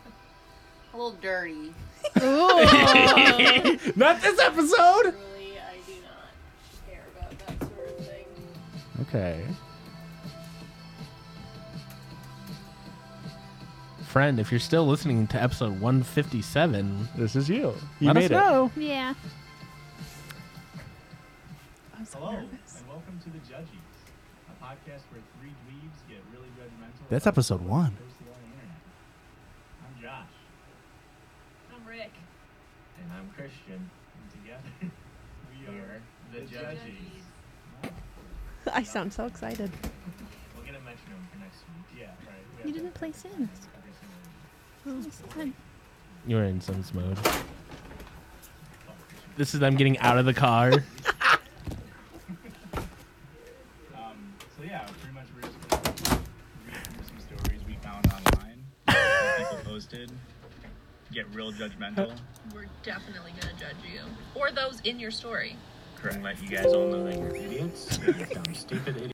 Speaker 8: a little dirty.
Speaker 5: Not this episode!
Speaker 8: Really, I do not care about that sort of thing.
Speaker 5: Okay.
Speaker 7: Friend, if you're still listening to episode 157,
Speaker 5: this is you.
Speaker 7: You let us know.
Speaker 10: Yeah.
Speaker 14: Hello, and welcome to The Judgies, a podcast where three dweebs get really judgmental.
Speaker 5: That's
Speaker 14: about
Speaker 5: episode one.
Speaker 14: posted on the internet. I'm Josh,
Speaker 8: I'm Rick.
Speaker 14: and I'm Christian, and together we are The Judgies.
Speaker 6: I sound so excited.
Speaker 14: We'll get a mention for next week. Yeah, right. we
Speaker 10: You
Speaker 14: have to-
Speaker 10: didn't play Sims. It's fun.
Speaker 7: You're in Sims mode. This is them getting out of the car.
Speaker 14: Um, so yeah, pretty much we're just gonna read through some stories we found online, that people posted, get real judgmental,
Speaker 11: We're definitely gonna judge you or those in your story.
Speaker 14: correct? Let you guys all know that you're idiots, that you're dumb, stupid idiots.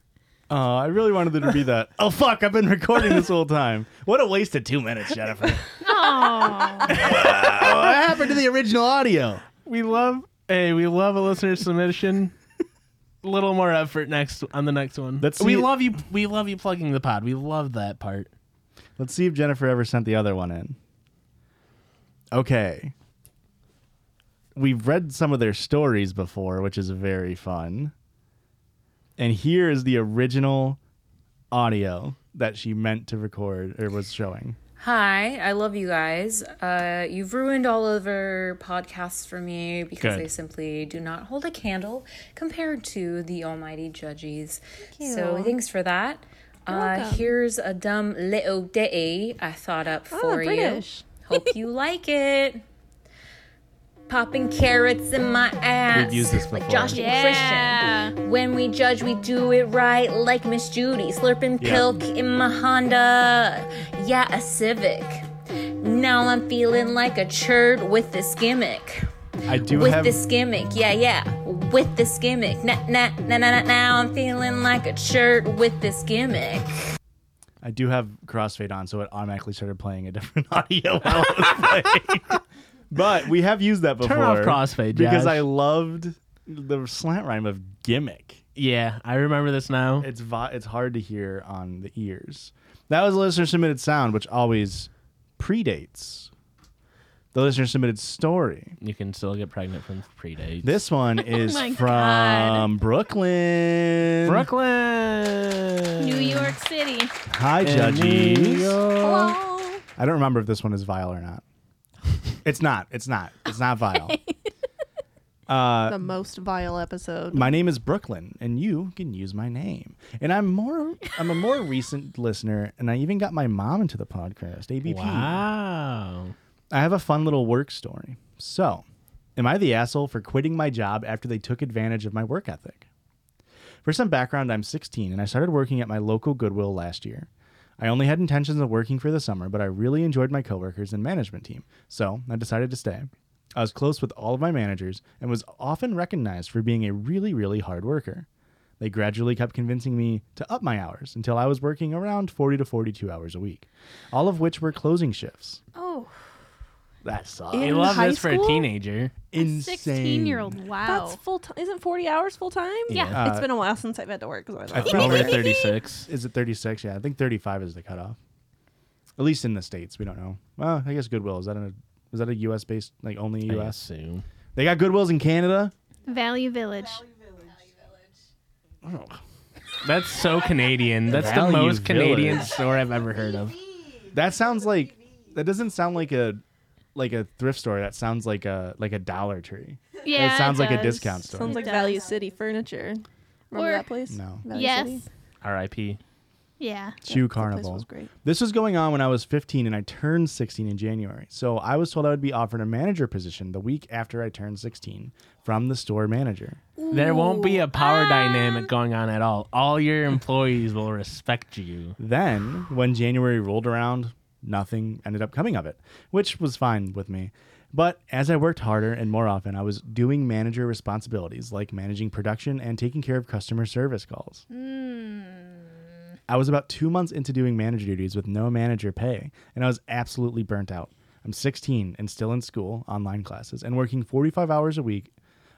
Speaker 5: Oh, I really wanted there to be that. Oh, fuck, I've been recording this whole time. What a waste of two minutes, Jennifer. what happened to the original audio?
Speaker 7: We love, hey, we love a listener submission. A little more effort next on the next one.
Speaker 5: Let's
Speaker 7: we
Speaker 5: see-
Speaker 7: love you. We love you plugging the pod. We love that part.
Speaker 5: Let's see if Jennifer ever sent the other one in. Okay. We've read some of their stories before, which is very fun. And here is the original audio that she meant to record or was showing.
Speaker 8: Hi, I love you guys. Uh, you've ruined all over podcasts for me because
Speaker 5: Good.
Speaker 8: they simply do not hold a candle compared to the almighty judges.
Speaker 6: Thank
Speaker 8: So
Speaker 6: you.
Speaker 8: thanks for that.
Speaker 6: You're
Speaker 8: Uh,
Speaker 6: welcome.
Speaker 8: here's a dumb little ditty I thought up
Speaker 6: Ah,
Speaker 8: for you.
Speaker 6: British.
Speaker 8: Hope you like it. Popping carrots in my ass.
Speaker 5: We've used this
Speaker 8: like
Speaker 5: before.
Speaker 8: Josh and Christian. When we judge, we do it right, like Miss Judy. Slurping
Speaker 5: Yeah.
Speaker 8: pilk in my Honda. Yeah, a Civic. Now I'm feeling like a churd with this gimmick.
Speaker 5: I do
Speaker 8: with
Speaker 5: have
Speaker 8: this gimmick, yeah, yeah. With this gimmick. Na, na, na, na, na, now I'm feeling like a churd with this gimmick.
Speaker 5: I do have crossfade on, so it automatically started playing a different audio while I was playing. But we have used that before.
Speaker 7: Turn off crossfade,
Speaker 5: because
Speaker 7: Josh.
Speaker 5: I loved the slant rhyme of gimmick.
Speaker 7: Yeah, I remember this now.
Speaker 5: It's vi- it's hard to hear on the ears. That was a listener submitted sound, which always predates the listener submitted story.
Speaker 7: You can still get pregnant from predates.
Speaker 5: This one is
Speaker 10: my
Speaker 5: from Brooklyn.
Speaker 7: Brooklyn,
Speaker 10: New York City.
Speaker 5: Hi,
Speaker 7: In New
Speaker 5: judges.
Speaker 7: York.
Speaker 5: I don't remember if this one is vile or not. It's not. It's not. It's not vile. Uh,
Speaker 6: the most vile episode.
Speaker 5: my name is Brooklyn, and you can use my name. And I'm more. I'm a more recent listener, and I even got my mom into the podcast. ABP.
Speaker 7: Wow.
Speaker 5: I have a fun little work story. So, am I the asshole for quitting my job after they took advantage of my work ethic? For some background, I'm 16 and I started working at my local Goodwill last year. I only had intentions of working for the summer, but I really enjoyed my coworkers and management team, so I decided to stay. I was close with all of my managers and was often recognized for being a really, really hard worker. They gradually kept convincing me to up my hours until I was working around 40 to 42 hours a week, all of which were closing shifts.
Speaker 10: Oh,
Speaker 5: That sucks.
Speaker 7: In You love high this for a school? teenager.
Speaker 5: Insane.
Speaker 10: 16 year old. Wow.
Speaker 6: That's full time. Isn't 40 hours full time?
Speaker 5: Yeah. Yeah.
Speaker 6: it's been a while since I've had to work. 'cause was
Speaker 5: I
Speaker 6: on
Speaker 5: think
Speaker 6: call.
Speaker 5: we're at 36. Is it 36? Yeah, I think 35 is the cutoff. At least in the states, we don't know. Well, I guess Goodwill is that a is that a U.S. based like only
Speaker 7: I
Speaker 5: U.S. assume. They got Goodwills in Canada.
Speaker 10: Valley Village.
Speaker 7: That's so Canadian. That's the
Speaker 5: Value
Speaker 7: most Canadian
Speaker 5: Village.
Speaker 7: store I've ever heard of.
Speaker 5: That sounds like that doesn't sound like a like a thrift store. That sounds like a like a Dollar Tree.
Speaker 10: Yeah,
Speaker 5: it
Speaker 10: it
Speaker 5: sounds like a
Speaker 10: does.
Speaker 5: discount store.
Speaker 6: Sounds like Value City Furniture. Remember
Speaker 10: Or-
Speaker 6: that place?
Speaker 5: No.
Speaker 6: Valley
Speaker 10: Yes.
Speaker 6: City?
Speaker 7: R.I.P.
Speaker 10: Yeah.
Speaker 5: Shoe Carnival.
Speaker 6: was great.
Speaker 5: This was going on when I was 15 and I turned 16 in January. So I was told I would be offered a manager position the week after I turned 16 from the store manager.
Speaker 7: There won't be a power dynamic going on at all. All your employees will respect you.
Speaker 5: Then, when January rolled around, nothing ended up coming of it, which was fine with me. But as I worked harder and more often, I was doing manager responsibilities like managing production and taking care of customer service calls. I was about two months into doing manager duties with no manager pay, and I was absolutely burnt out. I'm 16 and still in school, online classes, and working 45 hours a week.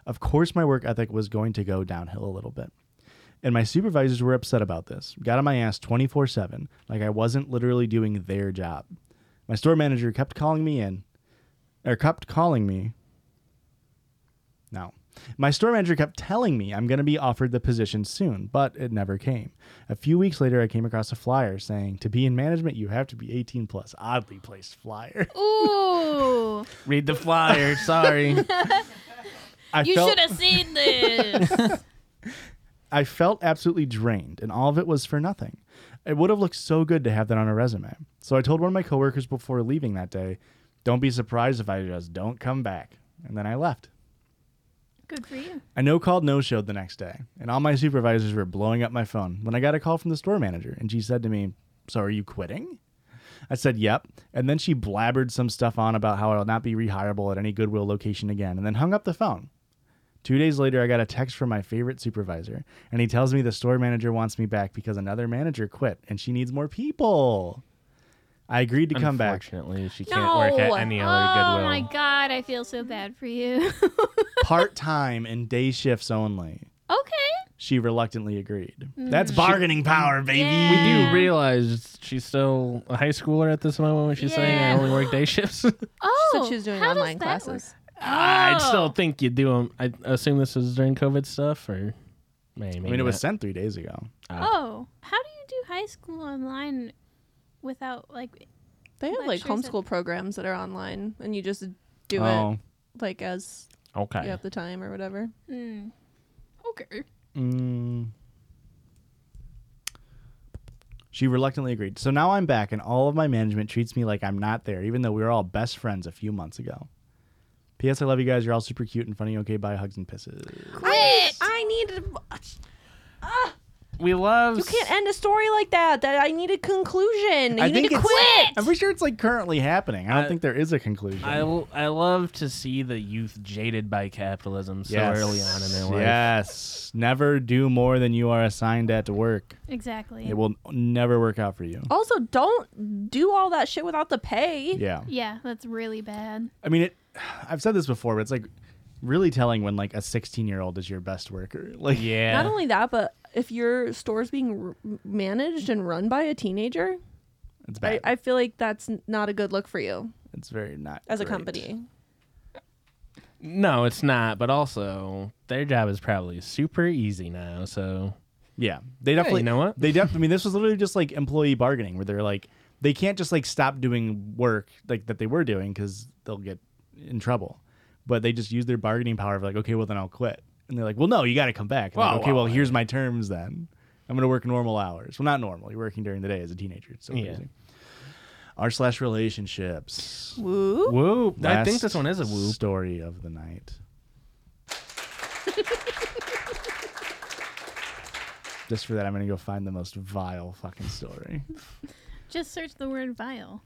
Speaker 5: Of course, my work ethic was going to go downhill a little bit. And my supervisors were upset about this, got on my ass 24 7, like I wasn't literally doing their job. My store manager kept calling me in, or kept calling me no. My store manager kept telling me I'm going to be offered the position soon, but it never came. A few weeks later, I came across a flyer saying, To be in management, you have to be 18 plus. Oddly placed flyer.
Speaker 10: Ooh.
Speaker 7: Read the flyer. Sorry.
Speaker 5: I
Speaker 10: you
Speaker 5: felt-
Speaker 10: should have seen this.
Speaker 5: I felt absolutely drained, and all of it was for nothing. It would have looked so good to have that on a resume. So I told one of my coworkers before leaving that day, Don't be surprised if I just don't come back. And then I left.
Speaker 10: Good for you.
Speaker 5: I no called, no showed the next day, and all my supervisors were blowing up my phone when I got a call from the store manager, and she said to me, So are you quitting? I said, Yep. And then she blabbered some stuff on about how I'll not be rehirable at any Goodwill location again, and then hung up the phone. Two days later, I got a text from my favorite supervisor, and he tells me the store manager wants me back because another manager quit and she needs more people. I agreed to come back.
Speaker 7: Unfortunately, she
Speaker 10: no. oh my god, I feel so bad for you.
Speaker 5: Part time and day shifts only.
Speaker 10: okay.
Speaker 5: She reluctantly agreed.
Speaker 10: Mm.
Speaker 5: That's
Speaker 10: She-
Speaker 5: bargaining power, baby.
Speaker 7: We do realize she's still a high schooler at this moment when she's saying I
Speaker 6: Yeah.
Speaker 7: only work day shifts.
Speaker 10: Oh,
Speaker 6: she said she was doing online classes.
Speaker 7: I'd
Speaker 6: Oh.
Speaker 7: still think you do them. I assume this was during COVID stuff, or maybe.
Speaker 5: I mean, it was sent three days ago.
Speaker 10: Oh, how do you do high school online without like?
Speaker 6: They have like
Speaker 10: lectures
Speaker 6: homeschool programs that are online, and you just do
Speaker 5: Oh.
Speaker 6: it like as
Speaker 7: Okay.
Speaker 6: you have the time or whatever.
Speaker 10: and- Hmm. Okay.
Speaker 5: Mm. She reluctantly agreed. So now I'm back, and all of my management treats me like I'm not there, even though we were all best friends a few months ago. P.S. I love you guys. You're all super cute and funny. Okay, bye. Hugs and pisses.
Speaker 6: I, I needed.
Speaker 7: We love.
Speaker 6: You can't end a story like that. That I need a conclusion. You
Speaker 5: I
Speaker 6: need
Speaker 5: think
Speaker 6: to
Speaker 5: it's-
Speaker 6: quit.
Speaker 5: I'm pretty sure it's like currently happening. I don't
Speaker 7: I-
Speaker 5: think there is a conclusion.
Speaker 7: I, l- I love to see the youth jaded by capitalism so
Speaker 5: Yes.
Speaker 7: early on in their life.
Speaker 5: Yes. Never do more than you are assigned at work.
Speaker 10: Exactly.
Speaker 5: It will never work out for you.
Speaker 6: Also, don't do all that shit without the pay.
Speaker 5: Yeah.
Speaker 10: Yeah, that's really bad.
Speaker 5: I mean, it. I've said this before, but it's like really telling when like a 16 year old is your best worker. Like, yeah.
Speaker 6: Not only that, but if your store's being r- managed and run by a teenager,
Speaker 5: It's
Speaker 6: I, I feel like that's n- not a good look for you
Speaker 5: it's very not
Speaker 6: as a
Speaker 5: great.
Speaker 6: company.
Speaker 7: No, it's not. But also, their job is probably super easy now. So
Speaker 5: Yeah, they definitely
Speaker 7: you know what
Speaker 5: They definitely. I mean, this was literally just like employee bargaining, where they're like, they can't just like stop doing work like that they were doing because they'll get in trouble. But they just use their bargaining power of like, okay, well then I'll quit. And they're like, well, no, you got to come back. And they're like,
Speaker 7: Wow,
Speaker 5: okay,
Speaker 7: wow,
Speaker 5: well here's my terms then. I'm gonna work normal hours. Well, not normal. You're working during the day as a teenager. It's so
Speaker 7: Yeah.
Speaker 5: crazy. R slash relationships.
Speaker 6: Whoop.
Speaker 7: Whoop. I think this one is a whoop.
Speaker 5: Story of the night. Just for that, I'm gonna go find the most vile fucking story.
Speaker 10: Just search the word vile.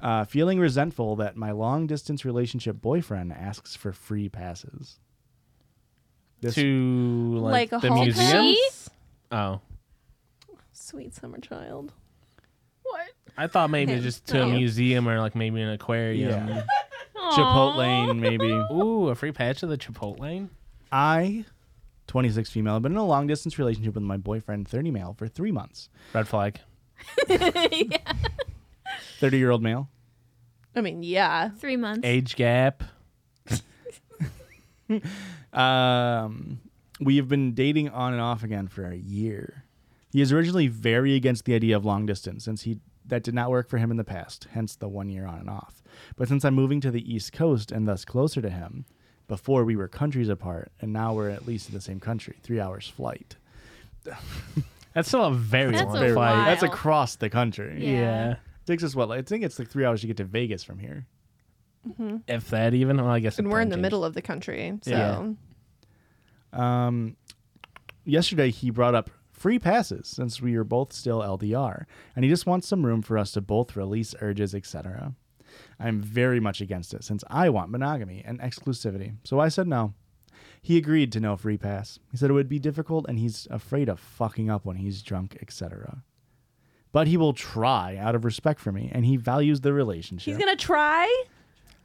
Speaker 5: Uh, feeling resentful that my long distance relationship boyfriend asks for free passes.
Speaker 7: to like,
Speaker 6: Like a
Speaker 7: the
Speaker 6: hall
Speaker 7: museum.
Speaker 6: pass?
Speaker 7: Oh,
Speaker 6: Sweet summer child.
Speaker 7: I thought maybe
Speaker 6: Him.
Speaker 7: just to a
Speaker 6: Oh.
Speaker 7: museum or like maybe an aquarium.
Speaker 5: Yeah. Chipotlane, maybe.
Speaker 7: Ooh, a free patch of the Chipotlane.
Speaker 5: I, 26 female, have been in a long distance relationship with my boyfriend, 30 male, for three months.
Speaker 7: Red flag.
Speaker 5: 30 year old male.
Speaker 6: I mean, yeah.
Speaker 10: Three months.
Speaker 5: Age gap. um, we have been dating on and off again for a year. He is originally very against the idea of long distance, since he that did not work for him in the past. Hence the one year on and off. But since I'm moving to the East Coast and thus closer to him, before we were countries apart, and now we're at least in the same country, three hours flight.
Speaker 7: That's still a very
Speaker 10: That's
Speaker 5: long
Speaker 10: a
Speaker 5: flight. That's
Speaker 10: while.
Speaker 5: across the country.
Speaker 10: Yeah. Yeah.
Speaker 5: Takes us what? like, I think it's like three hours to get to Vegas from here.
Speaker 6: Mhm.
Speaker 7: If that even, well, I guess.
Speaker 6: And we're in the middle of the country, so
Speaker 5: Yeah. Um, yesterday he brought up free passes since we are both still LDR, and he just wants some room for us to both release urges, etc. I'm very much against it since I want monogamy and exclusivity, so I said no. He agreed to no free pass. He said it would be difficult and he's afraid of fucking up when he's drunk, etc. But he will try out of respect for me, and he values the relationship.
Speaker 6: he's gonna try.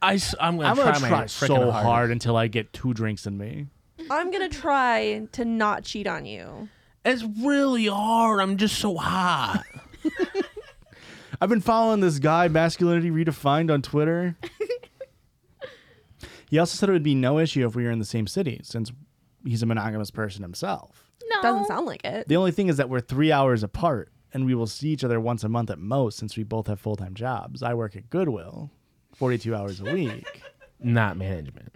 Speaker 7: I, am gonna
Speaker 5: I'm gonna
Speaker 7: try, my
Speaker 5: try,
Speaker 7: frickin'
Speaker 5: so hard.
Speaker 7: hardest.
Speaker 5: until I get two drinks in me.
Speaker 6: I'm gonna try to not cheat on you.
Speaker 7: It's really hard. I'm just so hot.
Speaker 5: I've been following this guy, Masculinity Redefined, on Twitter. he also said it would be no issue if we were in the same city, since he's a monogamous person himself.
Speaker 10: No.
Speaker 6: Doesn't sound like it.
Speaker 5: The only thing is that we're three hours apart, and we will see each other once a month at most, since we both have full time jobs. I work at Goodwill, 42 hours a week.
Speaker 7: Not management.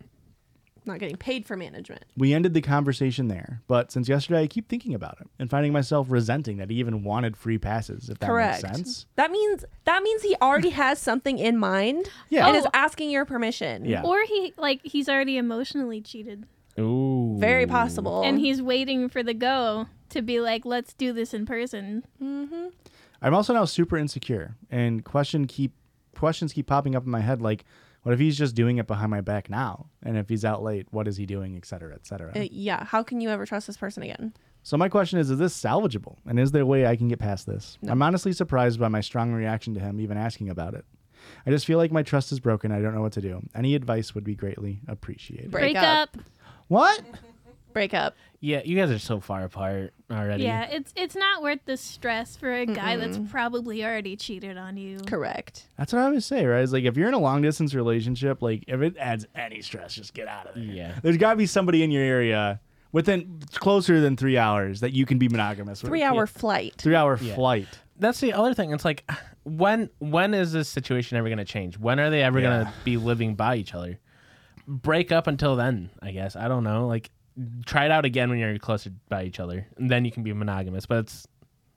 Speaker 6: Not getting paid for management.
Speaker 5: We ended the conversation there, but since yesterday, I keep thinking about it and finding myself resenting that he even wanted free passes, if that
Speaker 6: Correct.
Speaker 5: makes sense.
Speaker 6: That means that means he already has something in mind.
Speaker 5: Yeah.
Speaker 6: And
Speaker 5: Oh.
Speaker 6: is asking your permission.
Speaker 10: Or he like he's already emotionally cheated,
Speaker 7: Ooh.
Speaker 6: Very possible.
Speaker 10: and he's waiting for the go to be like, let's do this in person. Mm-hmm.
Speaker 5: I'm also now super insecure, and question keep questions keep popping up in my head. Like, what if he's just doing it behind my back now? And if he's out late, what is he doing, et cetera, et cetera.
Speaker 6: Uh, yeah. How can you ever trust this person again?
Speaker 5: so my question is: Is this salvageable? And is there a way I can get past this? I'm honestly surprised by my strong reaction to him even asking about it. I just feel like my trust is broken. I don't know what to do. Any advice would be greatly appreciated.
Speaker 6: Break Break up.
Speaker 5: What?
Speaker 6: Break up.
Speaker 7: Yeah, you guys are so far apart already.
Speaker 10: Yeah, it's it's not worth the stress for a guy that's
Speaker 6: Mm-mm.
Speaker 10: probably already cheated on you.
Speaker 6: Correct.
Speaker 5: That's what I would say, right? It's like if you're in a long distance relationship, like if it adds any stress, just get out of there.
Speaker 7: Yeah.
Speaker 5: There's got to be somebody in your area within closer than three hours that you can be monogamous with.
Speaker 6: Three hour
Speaker 5: Yeah.
Speaker 6: flight.
Speaker 5: Three hour
Speaker 7: Yeah.
Speaker 5: flight.
Speaker 7: That's the other thing. It's like when when is this situation ever gonna change? When are they ever gonna be living by each other? Break up until then, I guess. I don't know. Like try it out again when you're closer by each other. And then you can be monogamous. But it's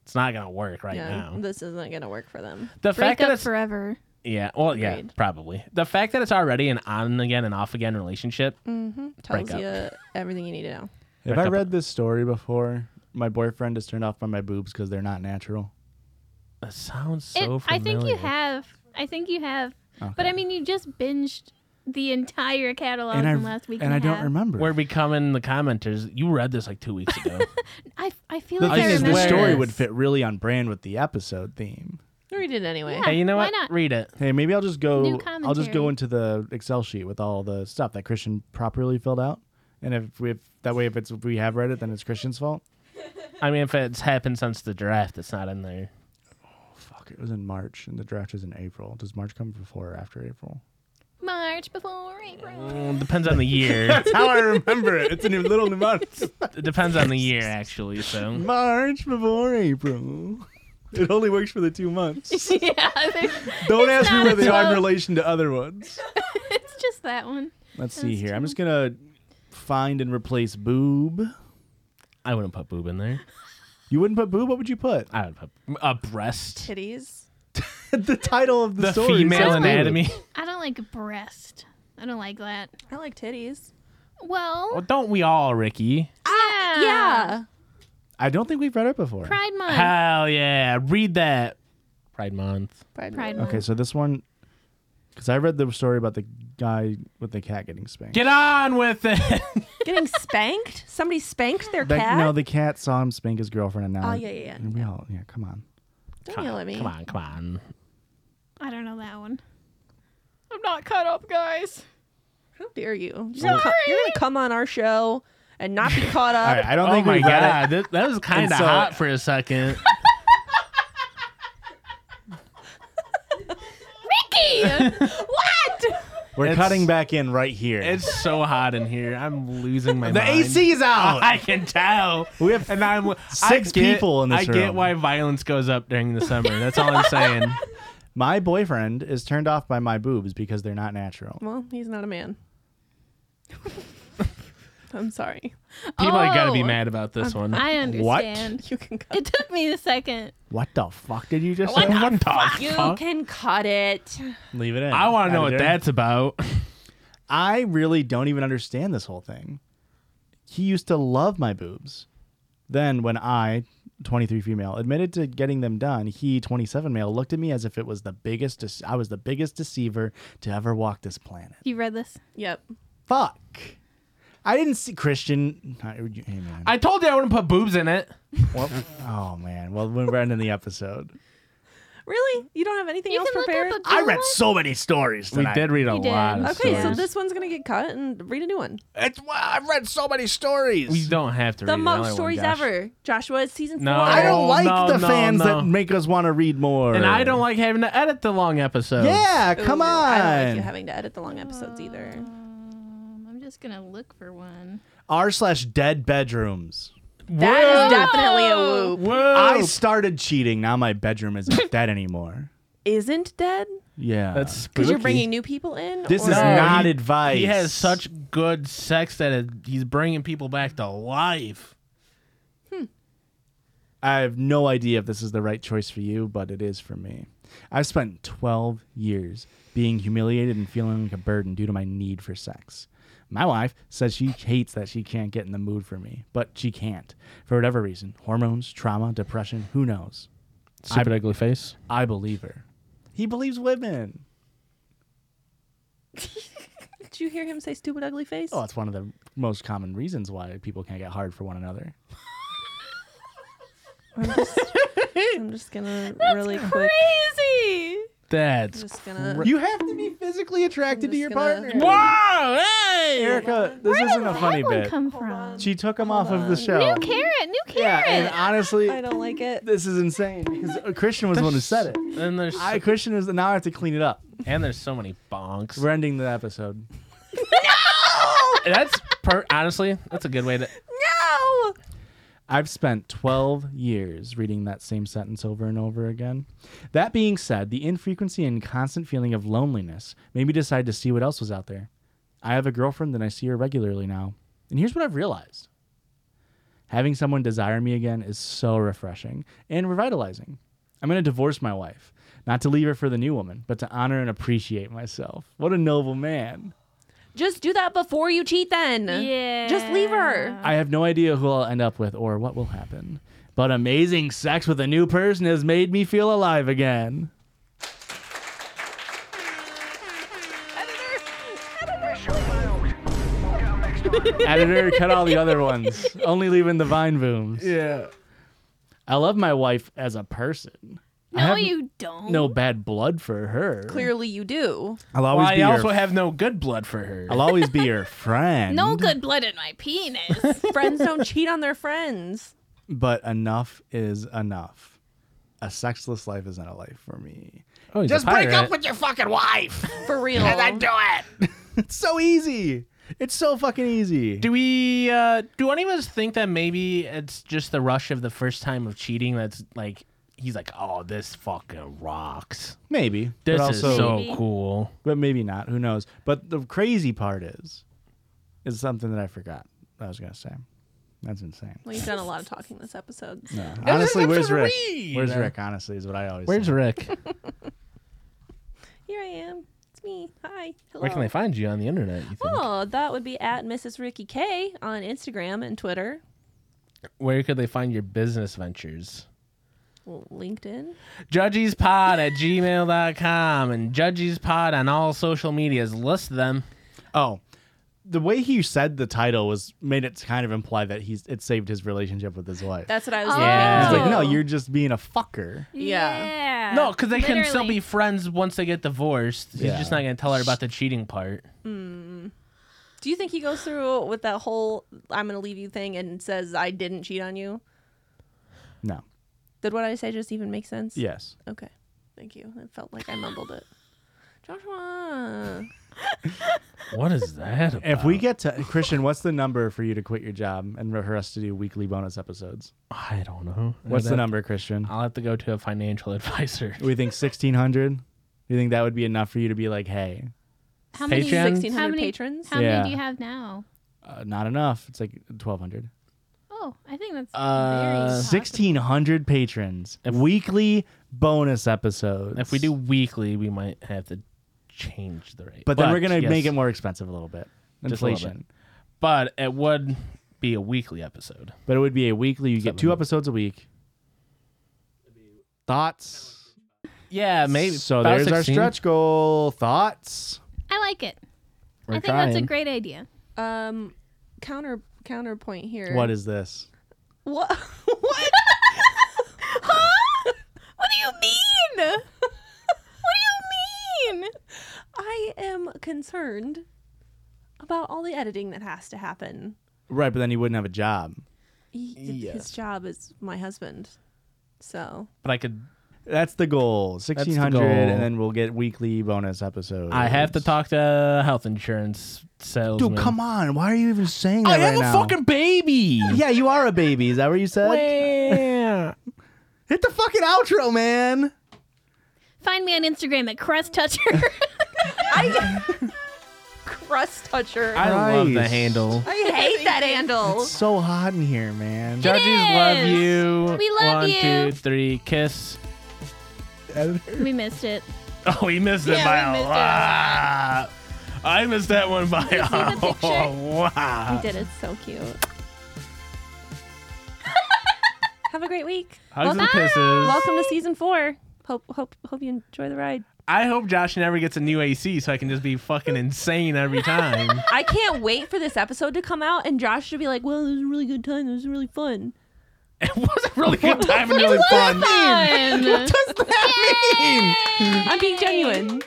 Speaker 7: it's not gonna work right
Speaker 6: yeah.
Speaker 7: now.
Speaker 6: This isn't gonna work for them.
Speaker 7: The
Speaker 10: Break
Speaker 7: fact that
Speaker 10: up
Speaker 7: it's
Speaker 10: forever.
Speaker 7: yeah, well, yeah,
Speaker 6: Agreed.
Speaker 7: probably. The fact that it's already an on again and off again relationship
Speaker 10: Mm.
Speaker 6: hmm
Speaker 7: Break
Speaker 6: Tells
Speaker 7: up.
Speaker 6: you everything you need to know.
Speaker 5: Have
Speaker 7: Back
Speaker 5: I
Speaker 7: up.
Speaker 5: read this story before? My boyfriend is turned off by my boobs because they're not natural.
Speaker 7: That sounds
Speaker 10: It- I think you have. I think you have. But I mean, you just binged the entire catalog
Speaker 7: I-
Speaker 10: from last week. half.
Speaker 5: remember.
Speaker 7: We're becoming the commenters. You read this like two weeks ago.
Speaker 10: I, I feel
Speaker 5: The
Speaker 10: like I
Speaker 5: thing is,
Speaker 10: remember
Speaker 5: this story would
Speaker 10: this.
Speaker 5: fit really on brand with the episode theme.
Speaker 6: Read it anyway.
Speaker 7: hey, you know
Speaker 10: why
Speaker 7: what?
Speaker 10: not?
Speaker 7: Read it.
Speaker 5: Hey, maybe I'll just
Speaker 10: New
Speaker 5: go. I'll just go
Speaker 10: commentary.
Speaker 5: into the Excel sheet with all the stuff that Christian properly filled out, and if we have, that way, if it's if we have read it, then it's Christian's fault.
Speaker 7: I mean, if it's happened since the draft, it's not in there.
Speaker 5: Fuck, it was in March, and the draft is in April. Does March come before or after April?
Speaker 10: March before April.
Speaker 7: Well, it depends on the year.
Speaker 5: That's how I remember it. It's in a little month.
Speaker 7: It depends on the year, actually. So
Speaker 5: March before April. It only works for the two months.
Speaker 10: yeah, there's-
Speaker 5: Don't
Speaker 10: it's
Speaker 5: ask me
Speaker 10: not
Speaker 5: where they are in
Speaker 10: 12.
Speaker 5: relation to other ones.
Speaker 10: it's just that one.
Speaker 5: Let's see here. I'm just gonna find and replace boob.
Speaker 7: I wouldn't put boob in there.
Speaker 5: You wouldn't put boob. What would you put?
Speaker 7: I would put a breast.
Speaker 6: Titties.
Speaker 5: the title of the,
Speaker 7: The
Speaker 5: story.
Speaker 7: female
Speaker 5: says boob.
Speaker 7: anatomy.
Speaker 10: I don't like breast. I don't like that.
Speaker 6: I like titties.
Speaker 10: Well,
Speaker 7: Well, don't we all, Ricky?
Speaker 10: yeah.
Speaker 6: Yeah.
Speaker 5: I don't think we've read it before.
Speaker 10: Pride month.
Speaker 7: Hell yeah! Read that. Pride Month.
Speaker 10: Pride month.
Speaker 5: Okay, so this one, because I read the story about the guy with the cat getting spanked.
Speaker 7: Get on with it.
Speaker 6: Getting spanked? Somebody spanked their
Speaker 5: That-
Speaker 6: cat?
Speaker 5: No, the cat saw him spank his girlfriend, and now
Speaker 6: Oh, yeah, yeah, yeah.
Speaker 5: and we all yeah. Come on,
Speaker 6: Don't yell at me.
Speaker 7: Come on, come on.
Speaker 10: I don't know that one. I'm not caught up, guys.
Speaker 6: How dare you? You're gonna, co- you're gonna come on our show and not be caught up.
Speaker 7: All right, I don't think we got it. Oh That, was kind
Speaker 5: And
Speaker 7: of
Speaker 5: so-
Speaker 7: hot for a second.
Speaker 6: Ricky! what?
Speaker 5: we're cutting back in right here.
Speaker 7: It's so hot in here. I'm losing my
Speaker 5: The
Speaker 7: mind.
Speaker 5: AC is out.
Speaker 7: I can tell.
Speaker 5: We have
Speaker 7: and I'm
Speaker 5: six
Speaker 7: I get-
Speaker 5: people in this
Speaker 7: I
Speaker 5: room.
Speaker 7: get why violence goes up during the summer. That's all I'm saying.
Speaker 5: My boyfriend is turned off by my boobs because they're not natural.
Speaker 6: Well, he's not a man. I'm sorry.
Speaker 7: People are gonna be
Speaker 10: Oh.
Speaker 7: mad about this one.
Speaker 10: I
Speaker 5: What?
Speaker 10: understand.
Speaker 6: You can
Speaker 10: It took me a second.
Speaker 5: What the fuck did you just
Speaker 10: What
Speaker 5: say?
Speaker 10: the
Speaker 7: fuck?
Speaker 6: You can cut it.
Speaker 5: Leave it in.
Speaker 7: I wanna know
Speaker 5: Add it
Speaker 7: what
Speaker 5: in.
Speaker 7: that's about.
Speaker 5: I really don't even understand this whole thing. He used to love my boobs. Then, when I, 23 female, admitted to getting them done, he, 27 male, looked at me as if it was the biggest. dece- I was the biggest deceiver to ever walk this planet.
Speaker 10: You read this?
Speaker 6: Yep.
Speaker 5: Fuck. I didn't see Christian. I, you- hey man.
Speaker 7: I told you I wouldn't put boobs in it.
Speaker 5: Well, oh man. Well, we're ending the episode.
Speaker 6: Really? You don't have anything else prepared?
Speaker 5: I read so many stories.
Speaker 7: We
Speaker 5: Tonight.
Speaker 7: did read a
Speaker 5: You
Speaker 7: lot
Speaker 5: did.
Speaker 7: of
Speaker 6: Okay, so
Speaker 7: stories.
Speaker 6: this one's gonna get cut and read a new one.
Speaker 5: It's, well, I've read so many stories.
Speaker 7: we don't have to
Speaker 6: The
Speaker 7: read another
Speaker 6: most
Speaker 7: one,
Speaker 6: stories
Speaker 7: Josh.
Speaker 6: ever. Joshua, it's season
Speaker 7: No.
Speaker 6: four.
Speaker 5: I don't like
Speaker 7: no,
Speaker 5: the
Speaker 7: no,
Speaker 5: fans
Speaker 7: no.
Speaker 5: that make us want to read more.
Speaker 7: And I don't like having to edit the long episodes.
Speaker 5: Yeah, come
Speaker 6: Ooh, I don't like
Speaker 5: on.
Speaker 6: you having to edit the long episodes either.
Speaker 10: Um, I'm just gonna look for one.
Speaker 5: R slash dead bedrooms.
Speaker 6: That is definitely a whoop.
Speaker 5: I started cheating. Now my bedroom isn't dead anymore.
Speaker 6: Isn't dead
Speaker 5: Yeah, that's
Speaker 6: because you're bringing new people in.
Speaker 5: This is
Speaker 6: or-
Speaker 5: not
Speaker 7: he-
Speaker 5: advice.
Speaker 7: He has such good sex that it, he's bringing people back to life.
Speaker 5: I have no idea if this is the right choice for you, but it is for me. I've spent 12 years being humiliated and feeling like a burden due to my need for sex. My wife says she hates that she can't get in the mood for me, but she can't. For whatever reason hormones, trauma, depression, who knows?
Speaker 7: Stupid
Speaker 5: I-
Speaker 7: ugly face.
Speaker 5: I believe her. He believes women.
Speaker 6: Did you hear him say "stupid ugly face"?
Speaker 5: Oh, it's one of the most common reasons why people can't get hard for one another.
Speaker 6: I'm just gonna really quick.
Speaker 10: Crazy.
Speaker 7: That's
Speaker 6: just gonna-
Speaker 5: cra- you have to be physically attracted to your partner.
Speaker 6: Oh,
Speaker 7: Whoa! Hey,
Speaker 5: Erica, this
Speaker 10: Where
Speaker 5: isn't
Speaker 10: did
Speaker 5: a
Speaker 10: that
Speaker 5: funny
Speaker 10: one
Speaker 5: bit.
Speaker 10: come from?
Speaker 5: She took him off of the show.
Speaker 10: New carrot, new carrot.
Speaker 5: Yeah, and honestly,
Speaker 6: I don't like it.
Speaker 5: this is insane because Christian was the one who said it.
Speaker 7: And there's
Speaker 5: I Christian is now I have to clean it up.
Speaker 7: and there's so many bonks.
Speaker 5: We're ending the episode.
Speaker 7: That's per- honestly, that's a good way to.
Speaker 6: No.
Speaker 5: I've spent 12 years reading that same sentence over and over again. That being said, the infrequency and constant feeling of loneliness made me decide to see what else was out there. I have a girlfriend and I see her regularly now. And here's what I've realized having someone desire me again is so refreshing and revitalizing. I'm going to divorce my wife, not to leave her for the new woman, but to honor and appreciate myself. What a noble man.
Speaker 6: Just do that before you cheat. Then.
Speaker 10: Yeah.
Speaker 6: Just leave her.
Speaker 5: I have no idea who I'll end up with or what will happen. But amazing sex with a new person has made me feel alive again. Editor, cut all the other ones. Only leaving the vine booms.
Speaker 7: Yeah.
Speaker 5: I love my wife as a person.
Speaker 10: No,
Speaker 5: I have
Speaker 10: you don't.
Speaker 5: No bad blood for her.
Speaker 6: Clearly, you do.
Speaker 5: I'll
Speaker 7: Well,
Speaker 5: always
Speaker 7: I
Speaker 5: be her.
Speaker 7: also have no good blood for her.
Speaker 5: I'll always be her friend.
Speaker 10: No good blood in my penis.
Speaker 6: friends don't cheat on their friends.
Speaker 5: but enough is enough. A sexless life isn't a life for me.
Speaker 7: Oh, he's a
Speaker 5: Just break
Speaker 7: pirate.
Speaker 5: up with your fucking wife.
Speaker 6: For real.
Speaker 5: And then do it. it's so easy. It's so fucking easy.
Speaker 7: Do we? Uh, do any of us think that maybe it's just the rush of the first time of cheating? That's like he's like, oh, this fucking rocks.
Speaker 5: Maybe.
Speaker 7: This
Speaker 5: but
Speaker 7: is
Speaker 5: also-
Speaker 7: so cool.
Speaker 5: But maybe not. Who knows? But the crazy part is, is something that I forgot. I was gonna say. That's insane.
Speaker 6: Well, you've done a lot of talking this episode.
Speaker 5: Yeah. Honestly, where's
Speaker 7: episode
Speaker 5: Rick?
Speaker 7: read.
Speaker 5: Where's Rick? Honestly, is what I always.
Speaker 7: Where's
Speaker 5: say.
Speaker 7: Rick?
Speaker 6: Here I am. It's me. Hi. Hello.
Speaker 7: Where can they find you on the internet? You think?
Speaker 6: Oh, that would be at Mrs. Ricky K on Instagram and Twitter.
Speaker 7: Where could they find your business ventures?
Speaker 6: LinkedIn.
Speaker 7: Judgiespod at gmail.com and judgiespod on all social medias. List them.
Speaker 5: Oh, the way he said the title was made it kind of imply that he's it saved his relationship with his wife.
Speaker 6: That's what I was
Speaker 7: Yeah.
Speaker 5: He's like, no,
Speaker 7: Oh.
Speaker 5: you're just being a fucker.
Speaker 6: Yeah.
Speaker 10: Uh,
Speaker 7: No, because they can still be friends once they get divorced. He's
Speaker 5: Yeah.
Speaker 7: just not going to tell her about the cheating part.
Speaker 6: Mm. Do you think he goes through with that whole "I'm gonna leave you" thing and says I didn't cheat on you?
Speaker 5: No.
Speaker 6: Did what I say just even make sense?
Speaker 5: Yes.
Speaker 6: Okay. Thank you. It felt like I mumbled it. Joshua.
Speaker 7: What is that?
Speaker 5: If we get to Christian, what's the number for you to quit your job and for us to do weekly bonus episodes?
Speaker 7: I don't know.
Speaker 5: What's
Speaker 7: I'd
Speaker 5: the
Speaker 7: have-
Speaker 5: number, Christian?
Speaker 7: I'll have to go to a financial advisor.
Speaker 5: We think sixteen hundred. You think that would be enough for you to be like, hey,
Speaker 10: How many?
Speaker 5: Patreon?
Speaker 10: How
Speaker 6: 1,600
Speaker 10: many
Speaker 6: patrons?
Speaker 10: How
Speaker 5: Yeah.
Speaker 10: many do you have now?
Speaker 5: uh, not enough. It's like twelve hundred.
Speaker 10: Oh, I think that's
Speaker 7: uh,
Speaker 10: very.
Speaker 5: Sixteen hundred patrons. weekly bonus episodes.
Speaker 7: If we do weekly, we might have to change the rate.
Speaker 5: But then we're gonna
Speaker 7: yes,
Speaker 5: make it more expensive a little bit.
Speaker 7: just a little
Speaker 5: Inflation.
Speaker 7: bit. But it would be a weekly episode.
Speaker 5: But it would be a weekly. You get two episodes a week. Thoughts.
Speaker 7: Yeah, maybe.
Speaker 5: So
Speaker 7: about
Speaker 5: there's our
Speaker 7: 16.
Speaker 5: stretch goal. Thoughts.
Speaker 10: I like it.
Speaker 5: We're
Speaker 10: I think that's a
Speaker 5: trying.
Speaker 10: great idea.
Speaker 6: Um, counter counterpoint here.
Speaker 5: What is this?
Speaker 6: what? what? huh? What do you mean? what do you mean? I am concerned about all the editing that has to happen.
Speaker 5: Right, but then he wouldn't have a job.
Speaker 6: He-
Speaker 5: Yeah.
Speaker 6: His job is my husband, so
Speaker 7: But I could.
Speaker 5: That's the goal.
Speaker 7: the
Speaker 5: Sixteen hundred,
Speaker 7: goal.
Speaker 5: and then we'll get weekly bonus episodes.
Speaker 7: I have to talk to health insurance salesman.
Speaker 5: Dude, come on! Why are you even saying that
Speaker 7: I have
Speaker 5: right
Speaker 7: a
Speaker 5: now?
Speaker 7: fucking baby.
Speaker 5: Yeah, you are a baby. Is that what you said?
Speaker 7: Yeah.
Speaker 5: Hit the fucking outro, man.
Speaker 10: Find me on Instagram at Crust Toucher.
Speaker 6: crust toucher.
Speaker 7: I love the
Speaker 5: Christ.
Speaker 7: handle.
Speaker 6: I hate that handle.
Speaker 5: It's so hot in here, man.
Speaker 7: Judges love you.
Speaker 10: We love
Speaker 7: One,
Speaker 10: you.
Speaker 7: two, three, kiss.
Speaker 10: we missed it.
Speaker 7: Oh, we missed it
Speaker 10: Yeah,
Speaker 7: by
Speaker 10: we
Speaker 7: a
Speaker 10: missed it.
Speaker 7: lot. I missed that one by
Speaker 10: you see the
Speaker 7: a
Speaker 10: picture?
Speaker 7: lot.
Speaker 6: He did it so cute. Have a great week.
Speaker 7: Hugs and
Speaker 6: Welcome-
Speaker 7: kisses.
Speaker 6: Welcome to season four. Hope hope hope you enjoy the ride.
Speaker 7: I hope Josh never gets a new AC so I can just be fucking insane every time.
Speaker 6: I can't wait for this episode to come out and Josh should be like, "Well, it was a really good time. It was really fun."
Speaker 7: really good time and really fun.
Speaker 6: I'm being genuine.